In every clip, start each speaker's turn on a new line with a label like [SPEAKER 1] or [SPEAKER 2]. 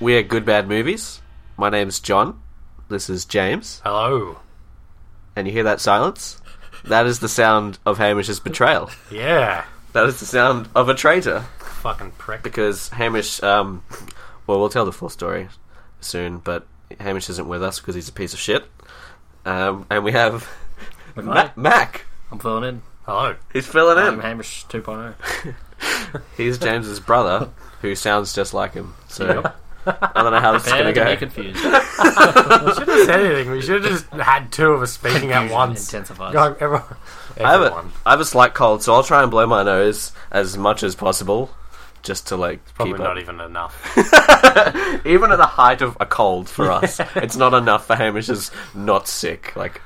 [SPEAKER 1] We are Good Bad Movies. My name's John. This is James.
[SPEAKER 2] Hello.
[SPEAKER 1] And you hear that silence? That is the sound of Hamish's betrayal.
[SPEAKER 2] Yeah.
[SPEAKER 1] That is the sound of a traitor.
[SPEAKER 2] Fucking prick.
[SPEAKER 1] Because Hamish, um, well, we'll tell the full story soon, but Hamish isn't with us because he's a piece of shit. Um, and we have Ma-
[SPEAKER 3] Hi.
[SPEAKER 1] Mac.
[SPEAKER 3] I'm filling in.
[SPEAKER 2] Hello.
[SPEAKER 1] He's filling
[SPEAKER 3] I'm
[SPEAKER 1] in.
[SPEAKER 3] Hamish 2.0.
[SPEAKER 1] He's James's brother, who sounds just like him. So I don't know how this is going
[SPEAKER 3] Bad
[SPEAKER 1] to
[SPEAKER 3] to
[SPEAKER 1] go.
[SPEAKER 3] be confused.
[SPEAKER 2] We should have said anything. We should have just had two of us speaking at
[SPEAKER 3] Confusion
[SPEAKER 2] once.
[SPEAKER 3] intensifies.
[SPEAKER 2] God, everyone.
[SPEAKER 1] I have,
[SPEAKER 2] everyone.
[SPEAKER 1] a, I have a slight cold, so I'll try and blow my nose as much as possible, just to like
[SPEAKER 2] Probably
[SPEAKER 1] keep
[SPEAKER 2] not
[SPEAKER 1] up.
[SPEAKER 2] even enough.
[SPEAKER 1] Even at the height of a cold for us, it's not enough for Hamish is not sick. Like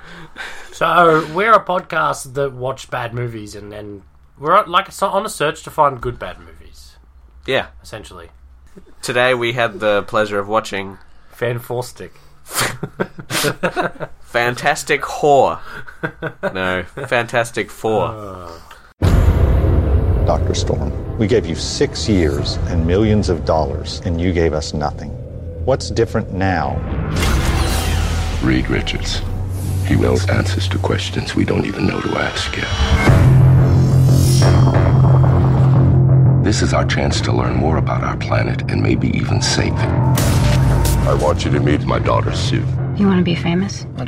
[SPEAKER 2] So we're a podcast that watch bad movies, and then we're on- like it's on a search to find good bad movies.
[SPEAKER 1] yeah,
[SPEAKER 2] Essentially,
[SPEAKER 1] today we had the pleasure of watching
[SPEAKER 2] fan four stick.
[SPEAKER 1] Fantastic Whore. No, Fantastic
[SPEAKER 3] Uh.
[SPEAKER 1] Four.
[SPEAKER 4] Dr. Storm, we gave you six years and millions of dollars, and you gave us nothing. What's different now?
[SPEAKER 5] Reed Richards. He knows answers to questions we don't even know to ask yet. This is our chance to learn more about our planet and maybe even save it. I want you to meet my daughter, Sue.
[SPEAKER 6] You want to be famous?
[SPEAKER 1] You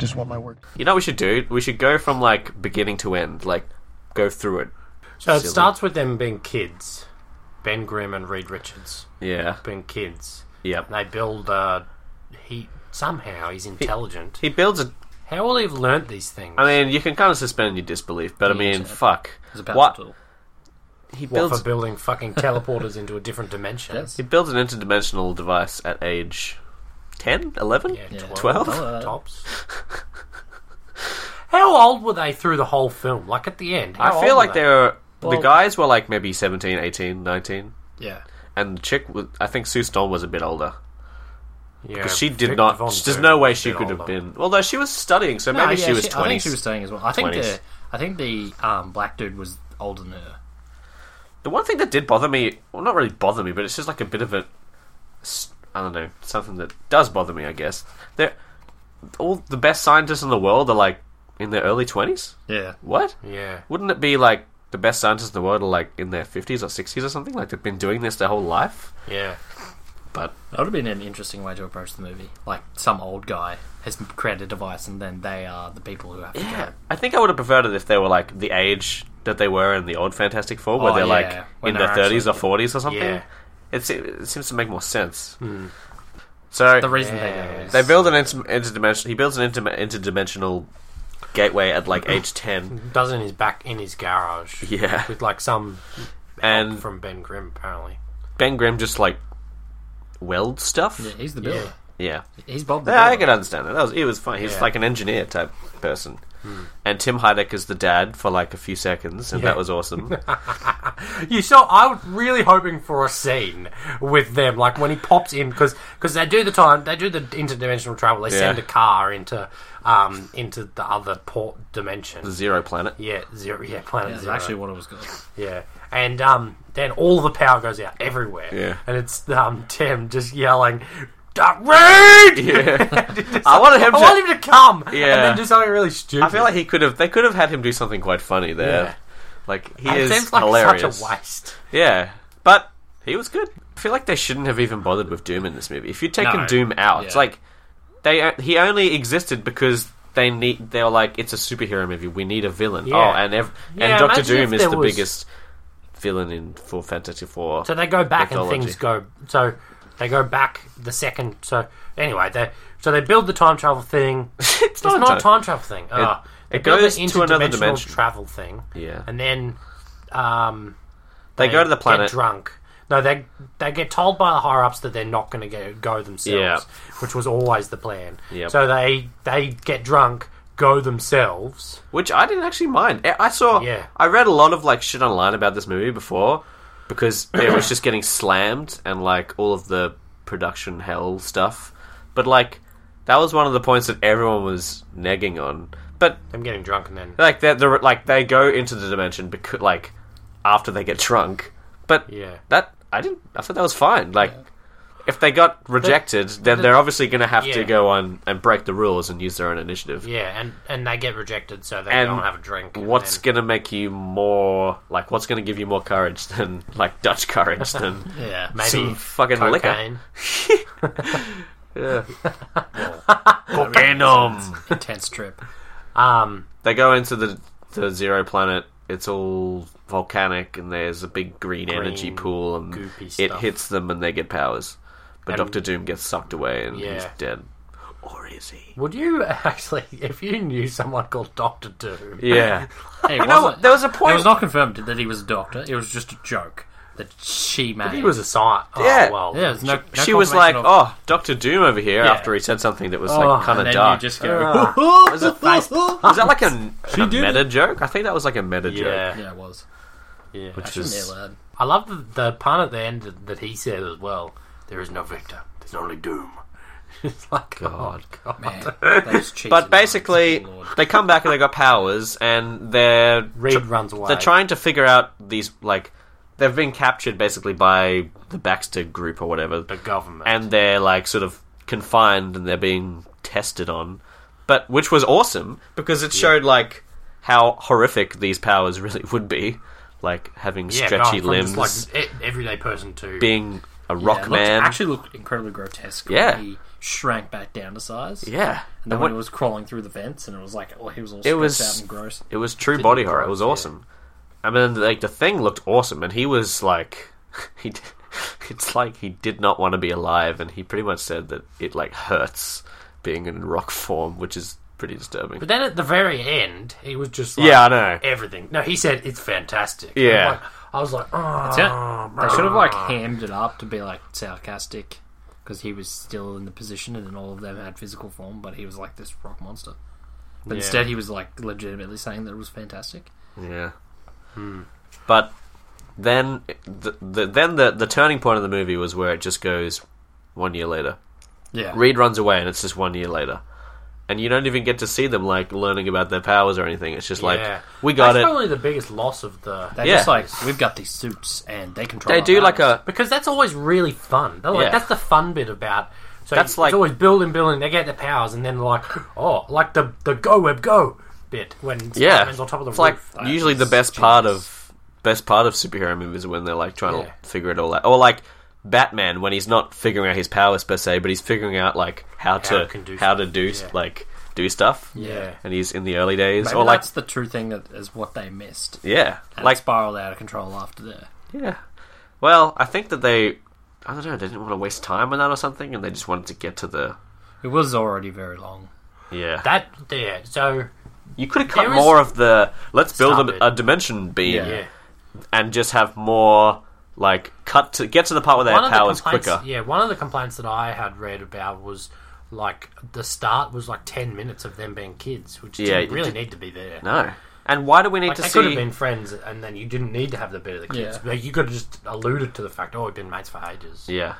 [SPEAKER 1] know what we should do? We should go from like beginning to end, like go through it.
[SPEAKER 2] So it
[SPEAKER 1] Silly.
[SPEAKER 2] starts with them being kids, Ben Grimm and Reed Richards
[SPEAKER 1] Yeah.
[SPEAKER 2] being kids.
[SPEAKER 1] Yep.
[SPEAKER 2] And they build. Uh, he somehow he's intelligent.
[SPEAKER 1] He builds a
[SPEAKER 2] How will he have learnt these things?
[SPEAKER 1] I mean, you can kind of suspend your disbelief, but I mean,
[SPEAKER 3] it's a-
[SPEAKER 1] fuck.
[SPEAKER 3] It's a power
[SPEAKER 1] What
[SPEAKER 3] tool.
[SPEAKER 1] he
[SPEAKER 2] what
[SPEAKER 1] builds
[SPEAKER 2] for building fucking teleporters into a different dimension?
[SPEAKER 3] Yes.
[SPEAKER 1] He builds an interdimensional device at age 10, 11?
[SPEAKER 2] Yeah,
[SPEAKER 3] Yeah.
[SPEAKER 2] 12
[SPEAKER 3] Hello.
[SPEAKER 2] tops. How old were they through the whole film? Like at the end? how
[SPEAKER 1] I feel
[SPEAKER 2] old
[SPEAKER 1] like
[SPEAKER 2] were
[SPEAKER 1] they were.
[SPEAKER 3] Well-
[SPEAKER 1] the guys were like maybe 17, 18, 19.
[SPEAKER 3] Yeah.
[SPEAKER 1] And the chick, was, I think Sue Storm was a bit older.
[SPEAKER 2] Yeah,
[SPEAKER 1] Because she did
[SPEAKER 2] Vic
[SPEAKER 1] not.
[SPEAKER 2] Von
[SPEAKER 1] There's
[SPEAKER 2] Doom
[SPEAKER 1] no way
[SPEAKER 2] was a
[SPEAKER 1] she
[SPEAKER 2] bit
[SPEAKER 1] could have
[SPEAKER 2] older.
[SPEAKER 1] been. Although she was studying, so maybe
[SPEAKER 3] No,
[SPEAKER 1] she
[SPEAKER 3] yeah,
[SPEAKER 1] was
[SPEAKER 3] I think
[SPEAKER 1] 20s.
[SPEAKER 3] she was staying as well. I think
[SPEAKER 1] 20s.
[SPEAKER 3] the I think the um, black dude was older than her.
[SPEAKER 1] The one thing that did bother me, well, not really bother me, but it's just like a bit of a, s- I don't know, something that does bother me, I guess. They're all the best scientists in the world are like in their early twenties.
[SPEAKER 3] Yeah.
[SPEAKER 1] What?
[SPEAKER 2] Yeah.
[SPEAKER 1] Wouldn't it be like the best scientists in the world are like in their fifties or sixties or something? Like they've been doing this their whole life.
[SPEAKER 2] Yeah.
[SPEAKER 1] But
[SPEAKER 3] That would have been an interesting way to approach the movie. Like some old guy has created a device, and then they are the people who have to
[SPEAKER 1] yeah,
[SPEAKER 3] go.
[SPEAKER 1] I think I would have preferred it if they were like the age that they were in the old Fantastic Four, where
[SPEAKER 3] Oh,
[SPEAKER 1] they're
[SPEAKER 3] yeah,
[SPEAKER 1] like
[SPEAKER 3] when
[SPEAKER 1] in
[SPEAKER 3] they're
[SPEAKER 1] their thirties or
[SPEAKER 3] actually-
[SPEAKER 1] forties or something.
[SPEAKER 2] Yeah.
[SPEAKER 1] It, se- it seems to make more sense. So
[SPEAKER 3] Hmm. The reason they
[SPEAKER 2] Yeah.
[SPEAKER 3] go is
[SPEAKER 1] They build an inter- interdimensional. He builds an inter- interdimensional gateway at like age ten.
[SPEAKER 2] Does it in his back in his garage.
[SPEAKER 1] Yeah.
[SPEAKER 2] With like some
[SPEAKER 1] And-
[SPEAKER 2] help from Ben Grimm apparently.
[SPEAKER 1] Ben Grimm just like welds stuff.
[SPEAKER 3] Yeah, he's the builder.
[SPEAKER 1] Yeah,
[SPEAKER 3] He's Bob. The
[SPEAKER 1] yeah. I
[SPEAKER 3] builder.
[SPEAKER 1] could understand that. That was he was fine. He's
[SPEAKER 2] Yeah. Hmm.
[SPEAKER 1] like an engineer type person. And Tim Heideck is the dad for like a few seconds, and
[SPEAKER 2] Yeah.
[SPEAKER 1] that was awesome.
[SPEAKER 2] You saw. I was really hoping for a scene with them, like when he pops in, because they do the time they do the interdimensional travel. They
[SPEAKER 1] Yeah.
[SPEAKER 2] send a car into um into the other port dimension.
[SPEAKER 1] Zero Planet.
[SPEAKER 2] Yeah, zero. Yeah, planet
[SPEAKER 3] That's
[SPEAKER 2] zero.
[SPEAKER 3] actually what it was called.
[SPEAKER 2] Yeah, and um, then all the power goes out everywhere.
[SPEAKER 1] Yeah.
[SPEAKER 2] and it's um Tim just yelling, "Duck Reed!"
[SPEAKER 1] Yeah, I wanted him
[SPEAKER 2] I want
[SPEAKER 1] to.
[SPEAKER 2] him to come.
[SPEAKER 1] Yeah.
[SPEAKER 2] and then do something really stupid.
[SPEAKER 1] I feel like he could have. They could have had him do something quite funny there.
[SPEAKER 2] Yeah.
[SPEAKER 1] Like he
[SPEAKER 2] it
[SPEAKER 1] is
[SPEAKER 2] seems like
[SPEAKER 1] hilarious.
[SPEAKER 2] such a waste.
[SPEAKER 1] Yeah, but he was good. I feel like they shouldn't have even bothered with Doom in this movie. If you'd taken
[SPEAKER 3] No.
[SPEAKER 1] Doom out, it's
[SPEAKER 3] Yeah.
[SPEAKER 1] like they uh, he only existed because they need they were like it's a superhero movie. We need a villain.
[SPEAKER 2] Yeah.
[SPEAKER 1] Oh, and ev-
[SPEAKER 2] Yeah,
[SPEAKER 1] and Doctor
[SPEAKER 2] imagine if
[SPEAKER 1] Doom is
[SPEAKER 2] there
[SPEAKER 1] the
[SPEAKER 2] was-
[SPEAKER 1] biggest villain in for Fantastic Four.
[SPEAKER 2] So they go back
[SPEAKER 1] Mythology.
[SPEAKER 2] and things go. So they go back the second. So anyway, they so they build the time travel thing. it's,
[SPEAKER 1] not a
[SPEAKER 2] not a
[SPEAKER 1] time-
[SPEAKER 2] time travel thing. Ah, they
[SPEAKER 1] it
[SPEAKER 2] build
[SPEAKER 1] goes
[SPEAKER 2] the
[SPEAKER 1] to another
[SPEAKER 2] interdimensional
[SPEAKER 1] dimension.
[SPEAKER 2] travel thing.
[SPEAKER 1] Yeah.
[SPEAKER 2] and then um,
[SPEAKER 1] They go to the planet.
[SPEAKER 2] Get drunk. No, they they get told by the higher ups that they're not going to get go themselves,
[SPEAKER 1] Yeah.
[SPEAKER 2] which was always the plan.
[SPEAKER 1] Yep.
[SPEAKER 2] So they they get drunk, go themselves.
[SPEAKER 1] which I didn't actually mind. Eh, I- I saw,
[SPEAKER 2] Yeah.
[SPEAKER 1] I read a lot of like shit online about this movie before because it was just getting slammed and like all of the production hell stuff. But like that was one of the points that everyone was negging on. But
[SPEAKER 2] Them getting drunk and then
[SPEAKER 1] like they're, they're like they go into the dimension because like after they get drunk. But
[SPEAKER 2] Yeah.
[SPEAKER 1] that I didn't. I thought that was fine. Like if they got rejected, then they're obviously going to have
[SPEAKER 2] Yeah.
[SPEAKER 1] to go on and break the rules and use their own initiative.
[SPEAKER 2] Yeah, and, and they get rejected, so they
[SPEAKER 1] And
[SPEAKER 2] don't have a drink. and
[SPEAKER 1] What's
[SPEAKER 2] then-
[SPEAKER 1] going to make you more like? What's going to give you more courage than like Dutch courage than
[SPEAKER 3] Yeah.
[SPEAKER 2] maybe
[SPEAKER 1] some fucking liquor?
[SPEAKER 2] cocaine?
[SPEAKER 1] Venom.
[SPEAKER 3] Intense trip.
[SPEAKER 2] Um,
[SPEAKER 1] They go into the the zero planet. It's all volcanic, and there's a big green, energy pool, and
[SPEAKER 2] goopy
[SPEAKER 1] it
[SPEAKER 2] stuff.
[SPEAKER 1] hits them, and they get powers. But Doctor Doom gets sucked away, and he's
[SPEAKER 2] Yeah.
[SPEAKER 1] dead. Or is he?
[SPEAKER 2] would you actually, if you knew someone called Doctor Doom,
[SPEAKER 1] Yeah.
[SPEAKER 3] Hey,
[SPEAKER 1] You know,
[SPEAKER 3] wasn't-
[SPEAKER 1] there was a
[SPEAKER 3] It
[SPEAKER 1] point.
[SPEAKER 3] was not confirmed that he was a doctor. It was just a joke that she made.
[SPEAKER 2] he was a scientist. Oh,
[SPEAKER 1] Yeah.
[SPEAKER 2] well,
[SPEAKER 3] Yeah, there's no, no
[SPEAKER 1] she was like,
[SPEAKER 3] confirmation of-
[SPEAKER 1] "Oh, Doctor Doom over here." After he said something that was like kind
[SPEAKER 3] and
[SPEAKER 1] of
[SPEAKER 3] then
[SPEAKER 1] dark.
[SPEAKER 3] you just go.
[SPEAKER 1] Ah. was, it, was that like a, a meta joke? I think that was like a meta joke.
[SPEAKER 2] Yeah.
[SPEAKER 3] yeah, it was.
[SPEAKER 2] yeah.
[SPEAKER 1] Which
[SPEAKER 3] Yeah,
[SPEAKER 1] was
[SPEAKER 3] lad.
[SPEAKER 2] I love the, the part at the end that, that he said as well. There is no victor. There's only doom. it's like
[SPEAKER 1] God.
[SPEAKER 2] oh, God.
[SPEAKER 3] Man, that was cheesy
[SPEAKER 1] But
[SPEAKER 3] lines.
[SPEAKER 1] basically,
[SPEAKER 3] Lord.
[SPEAKER 1] they come back and they got powers, and they're
[SPEAKER 2] Reed runs away.
[SPEAKER 1] they're trying to figure out these like they've been captured basically by the Baxter Group or whatever,
[SPEAKER 2] the government.
[SPEAKER 1] and they're like sort of confined and they're being tested on, but which was awesome because it showed like how horrific these powers really would be, like having
[SPEAKER 2] yeah,
[SPEAKER 1] stretchy
[SPEAKER 2] going from
[SPEAKER 1] limbs,
[SPEAKER 2] just, like e- everyday person to
[SPEAKER 1] being a
[SPEAKER 3] Yeah,
[SPEAKER 1] rock
[SPEAKER 3] it looked-
[SPEAKER 1] man.
[SPEAKER 3] actually looked incredibly grotesque.
[SPEAKER 1] Yeah.
[SPEAKER 3] when he shrank back down to size.
[SPEAKER 1] yeah,
[SPEAKER 3] and
[SPEAKER 1] And
[SPEAKER 3] then when
[SPEAKER 1] what-
[SPEAKER 3] he was crawling through the vents, and it was like, oh, he was all
[SPEAKER 1] It
[SPEAKER 3] stretched
[SPEAKER 1] was-
[SPEAKER 3] out and gross.
[SPEAKER 1] It was true body horror. It was awesome. I mean, like the thing looked awesome, and he was like, he, d- it's like he did not want to be alive, and he pretty much said that it like hurts being in rock form, which is pretty disturbing.
[SPEAKER 2] But then at the very end, he was just like,
[SPEAKER 1] Yeah, I know.
[SPEAKER 2] everything. No, he said it's fantastic.
[SPEAKER 1] Yeah.
[SPEAKER 2] I'm like- I was like, oh,
[SPEAKER 3] Yeah, they should have like hammed it up to be like sarcastic, because he was still in the position, and then all of them had physical form, but he was like this rock monster. But instead, he was like legitimately saying that it was fantastic.
[SPEAKER 1] Yeah. But then, the, the, then the the turning point of the movie was where it just goes one year later.
[SPEAKER 3] Yeah,
[SPEAKER 1] Reed runs away, and it's just one year later. And you don't even get to see them like learning about their powers or anything. It's just like
[SPEAKER 2] Yeah.
[SPEAKER 1] we got
[SPEAKER 2] that's
[SPEAKER 1] it.
[SPEAKER 2] probably the biggest loss of the.
[SPEAKER 3] they're
[SPEAKER 1] Yeah.
[SPEAKER 3] just like we've got these suits, and they control.
[SPEAKER 1] They
[SPEAKER 3] our
[SPEAKER 1] do like
[SPEAKER 3] powers."
[SPEAKER 1] a
[SPEAKER 2] because that's always really fun. They're like,
[SPEAKER 1] Yeah.
[SPEAKER 2] That's the fun bit about. So
[SPEAKER 1] That's
[SPEAKER 2] it's
[SPEAKER 1] like-
[SPEAKER 2] always building, building. They get the powers, and then like, oh, like the the go web go bit when
[SPEAKER 1] yeah,
[SPEAKER 2] Spider-Man's on top of the
[SPEAKER 1] it's
[SPEAKER 2] roof.
[SPEAKER 1] like usually the
[SPEAKER 3] is
[SPEAKER 1] best part
[SPEAKER 3] genius.
[SPEAKER 1] of best part of superhero movies are when they're like trying
[SPEAKER 2] Yeah.
[SPEAKER 1] to figure it all out, or like Batman when he's not figuring out his powers per se, but he's figuring out like how,
[SPEAKER 2] How
[SPEAKER 1] to
[SPEAKER 2] he can do
[SPEAKER 1] how to
[SPEAKER 2] stuff.
[SPEAKER 1] do s-
[SPEAKER 2] Yeah.
[SPEAKER 1] like do stuff.
[SPEAKER 2] Yeah.
[SPEAKER 1] and he's in the early days,
[SPEAKER 3] Maybe
[SPEAKER 1] or like
[SPEAKER 3] that's the true thing that is what they missed.
[SPEAKER 1] yeah,
[SPEAKER 3] And
[SPEAKER 1] like
[SPEAKER 3] it spiraled out of control after there.
[SPEAKER 1] yeah. Well, I think that they. I don't know. They didn't want to waste time on that or something, and they just wanted to get to the.
[SPEAKER 3] It was already very long.
[SPEAKER 1] Yeah,
[SPEAKER 2] that there. So
[SPEAKER 1] you could have cut
[SPEAKER 2] there is-
[SPEAKER 1] more of the. Let's build
[SPEAKER 2] Stop it.
[SPEAKER 1] a, a dimension beam
[SPEAKER 3] Yeah.
[SPEAKER 2] yeah,
[SPEAKER 1] and just have more like cut to get to the part where their powers
[SPEAKER 2] complaints,
[SPEAKER 1] quicker.
[SPEAKER 2] Yeah, one of the complaints that I had read about was like the start was like ten minutes of them being kids, which
[SPEAKER 1] Yeah,
[SPEAKER 2] didn't
[SPEAKER 1] it
[SPEAKER 2] really
[SPEAKER 1] did-
[SPEAKER 2] need to be there.
[SPEAKER 1] No. And why do we need
[SPEAKER 2] Like,
[SPEAKER 1] to
[SPEAKER 2] they
[SPEAKER 1] see?
[SPEAKER 2] could have been friends, and then you didn't need to have the bit of the kids.
[SPEAKER 3] Yeah.
[SPEAKER 2] But you could have just alluded to the fact, oh, we've been mates for ages.
[SPEAKER 1] Yeah.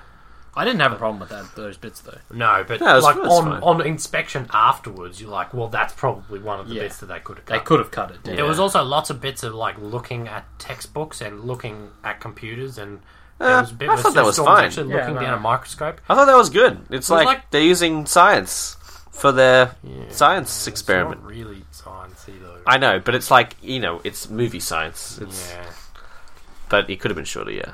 [SPEAKER 3] I didn't have a problem with that those bits though.
[SPEAKER 2] No, but
[SPEAKER 1] No, it's-
[SPEAKER 2] like
[SPEAKER 1] it's fine.
[SPEAKER 2] on, on inspection afterwards, you're like, well, that's probably one of the
[SPEAKER 3] Yeah.
[SPEAKER 2] bits that they could have.
[SPEAKER 3] They
[SPEAKER 2] cut.
[SPEAKER 3] could have cut it. down.
[SPEAKER 2] There was also lots of bits of like looking at textbooks and looking at computers, and there
[SPEAKER 1] Uh,
[SPEAKER 2] was a bit
[SPEAKER 1] I
[SPEAKER 2] where
[SPEAKER 1] thought that was
[SPEAKER 2] Storm
[SPEAKER 1] fine.
[SPEAKER 2] actually
[SPEAKER 3] Yeah,
[SPEAKER 2] looking
[SPEAKER 3] no,
[SPEAKER 2] down
[SPEAKER 3] no.
[SPEAKER 2] a microscope.
[SPEAKER 1] I thought that was good. It's like,
[SPEAKER 2] like-
[SPEAKER 1] they're using science for their science experiment.
[SPEAKER 2] Not really sciencey though.
[SPEAKER 1] I know, but it's like, you know, it's movie science. It's
[SPEAKER 2] yeah.
[SPEAKER 1] but it could have been shorter, yeah.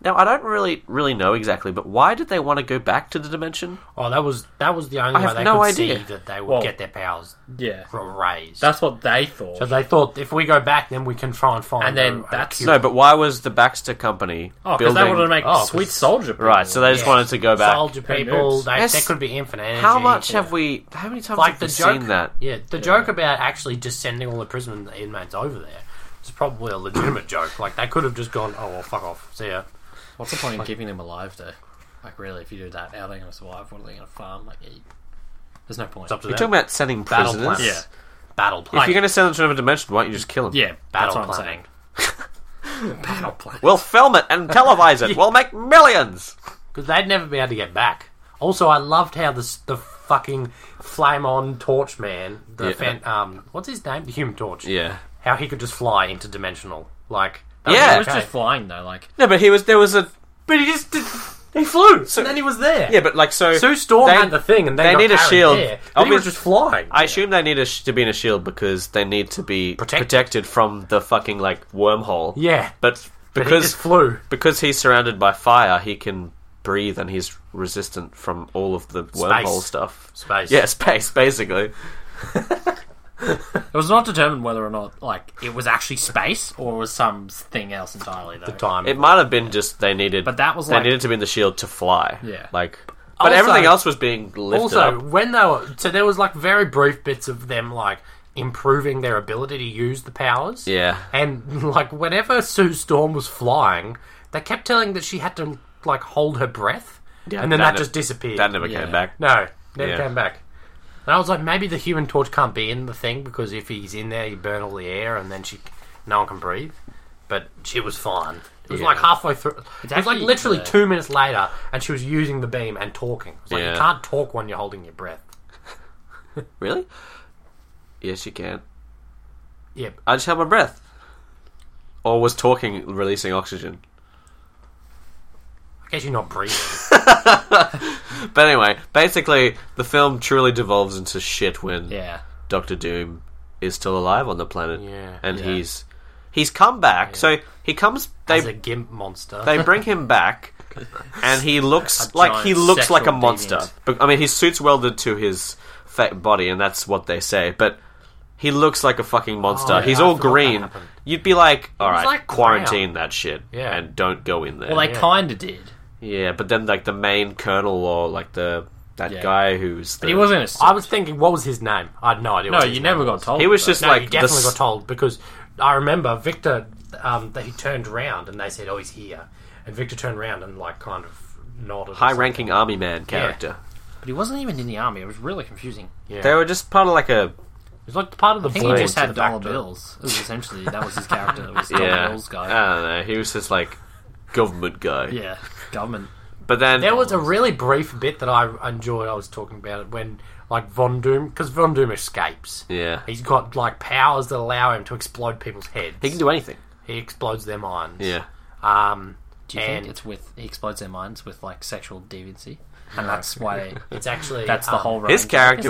[SPEAKER 1] Now, I don't really really know exactly, but why did they want to go back to the dimension?
[SPEAKER 2] Oh, that was that was the only
[SPEAKER 1] I
[SPEAKER 2] way
[SPEAKER 1] have
[SPEAKER 2] they
[SPEAKER 1] no
[SPEAKER 2] could
[SPEAKER 1] idea.
[SPEAKER 2] see that they would
[SPEAKER 3] Well,
[SPEAKER 2] get their powers
[SPEAKER 3] yeah.
[SPEAKER 2] raised.
[SPEAKER 3] That's what they thought.
[SPEAKER 2] so they thought if we go back, then we can try and find.
[SPEAKER 3] And then
[SPEAKER 2] a- a
[SPEAKER 3] that's-
[SPEAKER 2] cure.
[SPEAKER 1] No, but why was the Baxter company
[SPEAKER 3] Oh, because
[SPEAKER 1] building
[SPEAKER 3] they wanted to make
[SPEAKER 2] Oh, 'cause-
[SPEAKER 3] sweet soldier. People.
[SPEAKER 1] Right, so they just
[SPEAKER 2] Yeah.
[SPEAKER 1] wanted to go back.
[SPEAKER 2] soldier
[SPEAKER 3] Who
[SPEAKER 2] people.
[SPEAKER 3] knows?
[SPEAKER 2] They,
[SPEAKER 1] Yes.
[SPEAKER 2] there could be infinite energy.
[SPEAKER 1] How much have we how many times
[SPEAKER 2] like
[SPEAKER 1] have
[SPEAKER 2] the
[SPEAKER 1] we
[SPEAKER 2] joke
[SPEAKER 1] seen that?
[SPEAKER 2] Yeah, the joke about actually just sending all the prison inmates over there is probably a legitimate joke. Like they could have just gone, oh well, fuck off, see ya.
[SPEAKER 3] What's the point in keeping them alive though? Like really, if you do that, how are they going to survive? What are they going to farm? Like eat? There's no point.
[SPEAKER 2] It's up to
[SPEAKER 1] You're
[SPEAKER 2] them.
[SPEAKER 1] talking about sending
[SPEAKER 2] Battle
[SPEAKER 1] prisoners.
[SPEAKER 2] plan.
[SPEAKER 3] yeah,
[SPEAKER 2] Battle
[SPEAKER 1] If
[SPEAKER 2] plan.
[SPEAKER 1] you're going to send them to another dimension, why don't you just kill them?
[SPEAKER 3] yeah. That's
[SPEAKER 2] Battle
[SPEAKER 3] what I'm
[SPEAKER 2] planning.
[SPEAKER 3] saying. Battle plan.
[SPEAKER 1] We'll film it and televise it. We'll make millions.
[SPEAKER 2] because they'd never be able to get back. Also, I loved how this the fucking flame on torch man, the
[SPEAKER 1] Yeah.
[SPEAKER 2] fan, um, what's his name, the Human Torch,
[SPEAKER 1] Yeah.
[SPEAKER 2] how he could just fly interdimensional, like that
[SPEAKER 1] Yeah.
[SPEAKER 3] It was
[SPEAKER 2] okay.
[SPEAKER 3] just flying though. Like
[SPEAKER 1] No, but he was. There was a.
[SPEAKER 2] but he just did, He flew, and then he was there.
[SPEAKER 1] Yeah, but like so.
[SPEAKER 2] Sue Storm
[SPEAKER 1] they-
[SPEAKER 2] had the thing, and they,
[SPEAKER 1] they
[SPEAKER 2] got
[SPEAKER 1] need a
[SPEAKER 2] Aaron
[SPEAKER 1] shield.
[SPEAKER 2] There, but he was
[SPEAKER 1] Obvious-
[SPEAKER 2] just flying.
[SPEAKER 1] I assume they need a sh- to be in a shield because they need to be
[SPEAKER 2] Protected.
[SPEAKER 1] protected, from the fucking like wormhole.
[SPEAKER 2] Yeah.
[SPEAKER 1] but
[SPEAKER 2] But he
[SPEAKER 1] because
[SPEAKER 2] just flew.
[SPEAKER 1] because he's surrounded by fire, he can breathe and he's resistant from all of the wormhole stuff.
[SPEAKER 2] Space.
[SPEAKER 1] Yeah, space basically.
[SPEAKER 3] It was not determined whether or not like it was actually space or it was something else entirely. Though.
[SPEAKER 2] the time.
[SPEAKER 1] It might have been just they needed,
[SPEAKER 3] But that was
[SPEAKER 1] they
[SPEAKER 3] like-
[SPEAKER 1] needed to be in the shield to fly.
[SPEAKER 3] Yeah.
[SPEAKER 1] like, but
[SPEAKER 2] Also-
[SPEAKER 1] everything else was being lifted
[SPEAKER 2] also,
[SPEAKER 1] up.
[SPEAKER 2] when they were so there was like very brief bits of them like improving their ability to use the powers.
[SPEAKER 1] Yeah.
[SPEAKER 2] and like whenever Sue Storm was flying, they kept telling that she had to like hold her breath, and then that,
[SPEAKER 1] ne-
[SPEAKER 2] just disappeared.
[SPEAKER 1] That never
[SPEAKER 3] Yeah.
[SPEAKER 1] came back.
[SPEAKER 2] No, never
[SPEAKER 1] Yeah.
[SPEAKER 2] came back. And I was like, maybe the Human Torch can't be in the thing because if he's in there, you burn all the air, and then she, no one can breathe. But she was fine. It was
[SPEAKER 1] Yeah.
[SPEAKER 2] like halfway through. it was like
[SPEAKER 3] actually-
[SPEAKER 2] literally
[SPEAKER 3] yeah.
[SPEAKER 2] two minutes later, and she was using the beam and talking. It's like you
[SPEAKER 1] Yeah.
[SPEAKER 2] can't talk when you're holding your breath.
[SPEAKER 1] Really? Yes, you can.
[SPEAKER 2] Yeah,
[SPEAKER 1] I just held my breath, or was talking releasing oxygen.
[SPEAKER 2] I guess you're not breathing.
[SPEAKER 1] But anyway, basically, the film truly devolves into shit when
[SPEAKER 3] Yeah,
[SPEAKER 1] Doctor Doom is still alive on the planet,
[SPEAKER 2] Yeah.
[SPEAKER 1] and
[SPEAKER 3] Yeah.
[SPEAKER 1] he's he's come back. So he comes. They
[SPEAKER 2] As a gimp monster.
[SPEAKER 1] they bring him back, and he looks
[SPEAKER 3] A
[SPEAKER 1] like he
[SPEAKER 3] giant
[SPEAKER 1] looks like a
[SPEAKER 3] sexual
[SPEAKER 1] monster.
[SPEAKER 3] deviant.
[SPEAKER 1] But, I mean, his suit's welded to his fat body, and that's what they say. But he looks like a fucking monster.
[SPEAKER 2] Oh, yeah,
[SPEAKER 1] he's
[SPEAKER 2] I
[SPEAKER 1] all
[SPEAKER 2] forgot that
[SPEAKER 1] green.
[SPEAKER 2] happened.
[SPEAKER 1] You'd be like, all right,
[SPEAKER 2] like
[SPEAKER 1] quarantine that shit,
[SPEAKER 2] Yeah.
[SPEAKER 1] and don't go in there.
[SPEAKER 3] well, they kind of did,
[SPEAKER 1] Yeah, but then like the main colonel or like the that
[SPEAKER 3] Yeah.
[SPEAKER 1] guy who's the,
[SPEAKER 3] but he wasn't. A, suit.
[SPEAKER 2] I was thinking, what was his name? I had no idea.
[SPEAKER 3] no,
[SPEAKER 2] what his
[SPEAKER 3] you
[SPEAKER 2] name
[SPEAKER 3] never
[SPEAKER 2] was.
[SPEAKER 3] got told.
[SPEAKER 1] He was
[SPEAKER 3] though.
[SPEAKER 1] just
[SPEAKER 2] No,
[SPEAKER 1] like
[SPEAKER 2] you
[SPEAKER 1] the
[SPEAKER 2] definitely
[SPEAKER 1] s-
[SPEAKER 2] got told because I remember Victor um, that he turned round and they said, "Oh, he's here," and Victor turned round and like kind of nodded. or
[SPEAKER 1] high-ranking army man character.
[SPEAKER 3] but he wasn't even in the army. It was really confusing.
[SPEAKER 2] something. Yeah.
[SPEAKER 1] They were just part of like a
[SPEAKER 2] it was like part of the.
[SPEAKER 3] I think
[SPEAKER 2] board
[SPEAKER 3] he just
[SPEAKER 2] to
[SPEAKER 3] had
[SPEAKER 2] the
[SPEAKER 3] dollar
[SPEAKER 2] back door.
[SPEAKER 3] bills. It was essentially that was his character. It was dollar
[SPEAKER 1] yeah. Uh.
[SPEAKER 3] bills guy.
[SPEAKER 1] I don't know. He was just like government guy.
[SPEAKER 3] yeah, government.
[SPEAKER 1] But then
[SPEAKER 2] There was a really brief bit that I enjoyed. I was talking about it when like Von Doom because Von Doom escapes.
[SPEAKER 1] yeah.
[SPEAKER 2] He's got like powers that allow him to explode people's heads.
[SPEAKER 1] He can do anything.
[SPEAKER 2] He explodes their minds.
[SPEAKER 1] Yeah.
[SPEAKER 2] Um,
[SPEAKER 3] Do you
[SPEAKER 2] And-
[SPEAKER 3] think it's with he explodes their minds with like sexual deviancy, and that's why
[SPEAKER 2] it's actually
[SPEAKER 3] that's the
[SPEAKER 2] um,
[SPEAKER 3] whole.
[SPEAKER 1] His
[SPEAKER 3] range.
[SPEAKER 1] character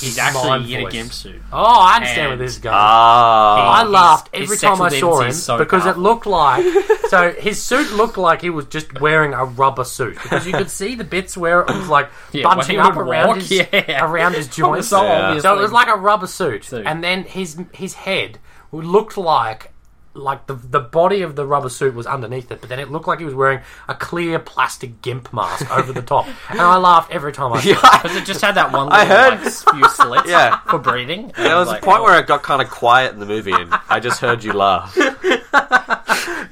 [SPEAKER 1] was
[SPEAKER 3] like- he's
[SPEAKER 2] mind
[SPEAKER 3] actually in a
[SPEAKER 2] voice.
[SPEAKER 3] gimp suit.
[SPEAKER 2] Oh, I understand
[SPEAKER 3] And-
[SPEAKER 2] where this goes.
[SPEAKER 1] Ah,
[SPEAKER 2] I
[SPEAKER 3] Oh, His-
[SPEAKER 2] laughed
[SPEAKER 3] his
[SPEAKER 2] every time
[SPEAKER 3] sexual
[SPEAKER 2] I saw
[SPEAKER 3] deviancy
[SPEAKER 2] him
[SPEAKER 3] is so
[SPEAKER 2] because
[SPEAKER 3] powerful.
[SPEAKER 2] it looked like so his suit looked like he was just wearing a rubber suit because you could see the bits where it was like
[SPEAKER 3] Yeah, when
[SPEAKER 2] bunching
[SPEAKER 3] he
[SPEAKER 2] up
[SPEAKER 3] would
[SPEAKER 2] around
[SPEAKER 3] walk,
[SPEAKER 2] his
[SPEAKER 3] yeah.
[SPEAKER 2] around his
[SPEAKER 3] Well,
[SPEAKER 2] joints.
[SPEAKER 3] so
[SPEAKER 1] Yeah.
[SPEAKER 2] So it
[SPEAKER 3] obviously-
[SPEAKER 2] was like a rubber suit,
[SPEAKER 3] Suit.
[SPEAKER 2] and then his his head looked like like the the body of the rubber suit was underneath it, but then it looked like he was wearing a clear plastic gimp mask over the top, and I laughed every time I saw it.
[SPEAKER 3] Because it just had that one. Little,
[SPEAKER 1] I heard-
[SPEAKER 3] like, few slits
[SPEAKER 1] Yeah.
[SPEAKER 3] for breathing. and
[SPEAKER 1] there was
[SPEAKER 3] like,
[SPEAKER 1] a point
[SPEAKER 3] oh,
[SPEAKER 1] where it got kind of quiet in the movie, and I just heard you laugh.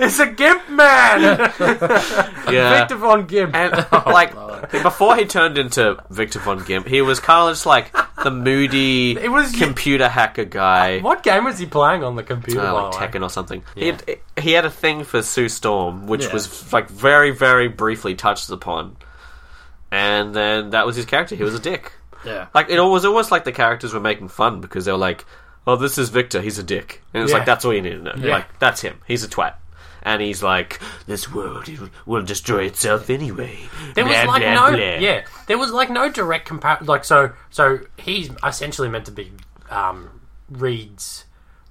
[SPEAKER 2] It's a gimp man,
[SPEAKER 1] Yeah,
[SPEAKER 2] Victor Von Gimp.
[SPEAKER 3] Oh,
[SPEAKER 1] And like before he turned into Victor Von Gimp, he was kind of just like the moody
[SPEAKER 2] It was-
[SPEAKER 1] computer hacker guy,
[SPEAKER 2] What game was he playing on the computer?
[SPEAKER 1] uh,
[SPEAKER 2] by
[SPEAKER 1] like
[SPEAKER 2] the way?
[SPEAKER 1] Tekken or something. He, had, he had a thing for Sue Storm, which
[SPEAKER 3] Yeah.
[SPEAKER 1] was like very, very briefly touched upon, and then that was his character. He was a dick.
[SPEAKER 3] yeah.
[SPEAKER 1] Like it was almost like the characters were making fun because they were like, "Oh, this is Victor. He's a dick," and it's
[SPEAKER 2] Yeah.
[SPEAKER 1] like that's all you need to know.
[SPEAKER 2] Yeah.
[SPEAKER 1] Like that's him. He's a twat. And he's like, "This world it will destroy itself anyway."
[SPEAKER 2] There was
[SPEAKER 1] Blah,
[SPEAKER 2] like
[SPEAKER 1] blah,
[SPEAKER 2] no,
[SPEAKER 1] blah.
[SPEAKER 2] yeah. There was like no direct comparison. Like so, so he's essentially meant to be um, Reed's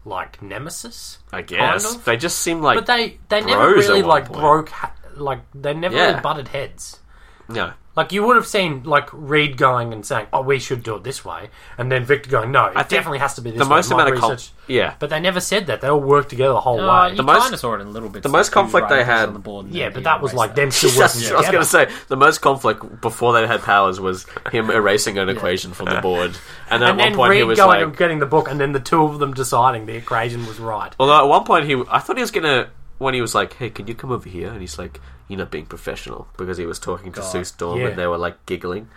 [SPEAKER 2] like nemesis,
[SPEAKER 1] I guess
[SPEAKER 2] kind of.
[SPEAKER 1] they just seem like
[SPEAKER 2] but they they never
[SPEAKER 1] bros at
[SPEAKER 2] really
[SPEAKER 1] one
[SPEAKER 2] like
[SPEAKER 1] point.
[SPEAKER 2] broke. Ha- like they never really
[SPEAKER 1] Yeah.
[SPEAKER 2] butted heads.
[SPEAKER 1] no.
[SPEAKER 2] Like you would have seen like Reed going and saying, "Oh, we should do it this way," and then Victor going, "No, it
[SPEAKER 1] think
[SPEAKER 2] definitely has to be this
[SPEAKER 1] The
[SPEAKER 2] way."
[SPEAKER 1] most
[SPEAKER 2] My
[SPEAKER 1] amount of com-
[SPEAKER 2] research-
[SPEAKER 1] yeah,
[SPEAKER 2] But they never said that. They all worked together the whole
[SPEAKER 3] Uh,
[SPEAKER 2] way.
[SPEAKER 3] you
[SPEAKER 1] most-
[SPEAKER 3] kind of saw it in little bits.
[SPEAKER 1] the most conflict they had-
[SPEAKER 3] On the board and
[SPEAKER 2] yeah,
[SPEAKER 3] then
[SPEAKER 2] but
[SPEAKER 3] he
[SPEAKER 2] that was
[SPEAKER 3] erased
[SPEAKER 2] like
[SPEAKER 3] that.
[SPEAKER 2] them still
[SPEAKER 1] That's-
[SPEAKER 2] working
[SPEAKER 1] I was
[SPEAKER 2] together.
[SPEAKER 1] going to say the most conflict before they had powers was him erasing an equation from the board, and then
[SPEAKER 2] and
[SPEAKER 1] at
[SPEAKER 2] then
[SPEAKER 1] one point
[SPEAKER 2] Reed
[SPEAKER 1] he was
[SPEAKER 2] going
[SPEAKER 1] like,
[SPEAKER 2] and getting the book, and then the two of them deciding the equation was right.
[SPEAKER 1] Although at one point he, I thought he was gonna when he was like, "Hey, can you come over here?" and he's like, "You're not being professional," because he was talking to Sue Storm
[SPEAKER 2] yeah.
[SPEAKER 1] and they were like giggling.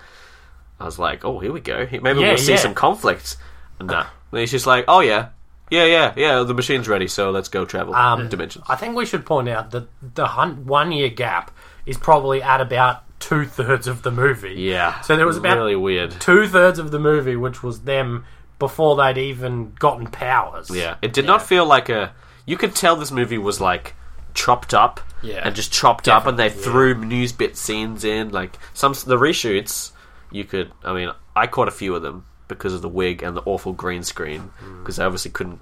[SPEAKER 1] I was like, "Oh, here we go. He- Maybe
[SPEAKER 2] Yeah,
[SPEAKER 1] we'll see
[SPEAKER 2] yeah.
[SPEAKER 1] some conflict." Nah. And he's just like, "Oh yeah, yeah, yeah, yeah. The machine's ready, so let's go travel
[SPEAKER 2] Um,
[SPEAKER 1] dimensions."
[SPEAKER 2] I think we should point out that the hun- one year gap is probably at about two thirds of the movie.
[SPEAKER 1] yeah.
[SPEAKER 2] So there was about
[SPEAKER 1] really weird.
[SPEAKER 2] two thirds of the movie, which was them before they'd even gotten powers.
[SPEAKER 1] Yeah, it did not feel like a. You could tell this movie was like chopped up
[SPEAKER 3] Yeah.
[SPEAKER 1] and just chopped up, and they threw news bit scenes in. Like some the reshoots, you could. I mean, I caught a few of them because of the wig and the awful green screen
[SPEAKER 2] Hmm.
[SPEAKER 1] because they obviously couldn't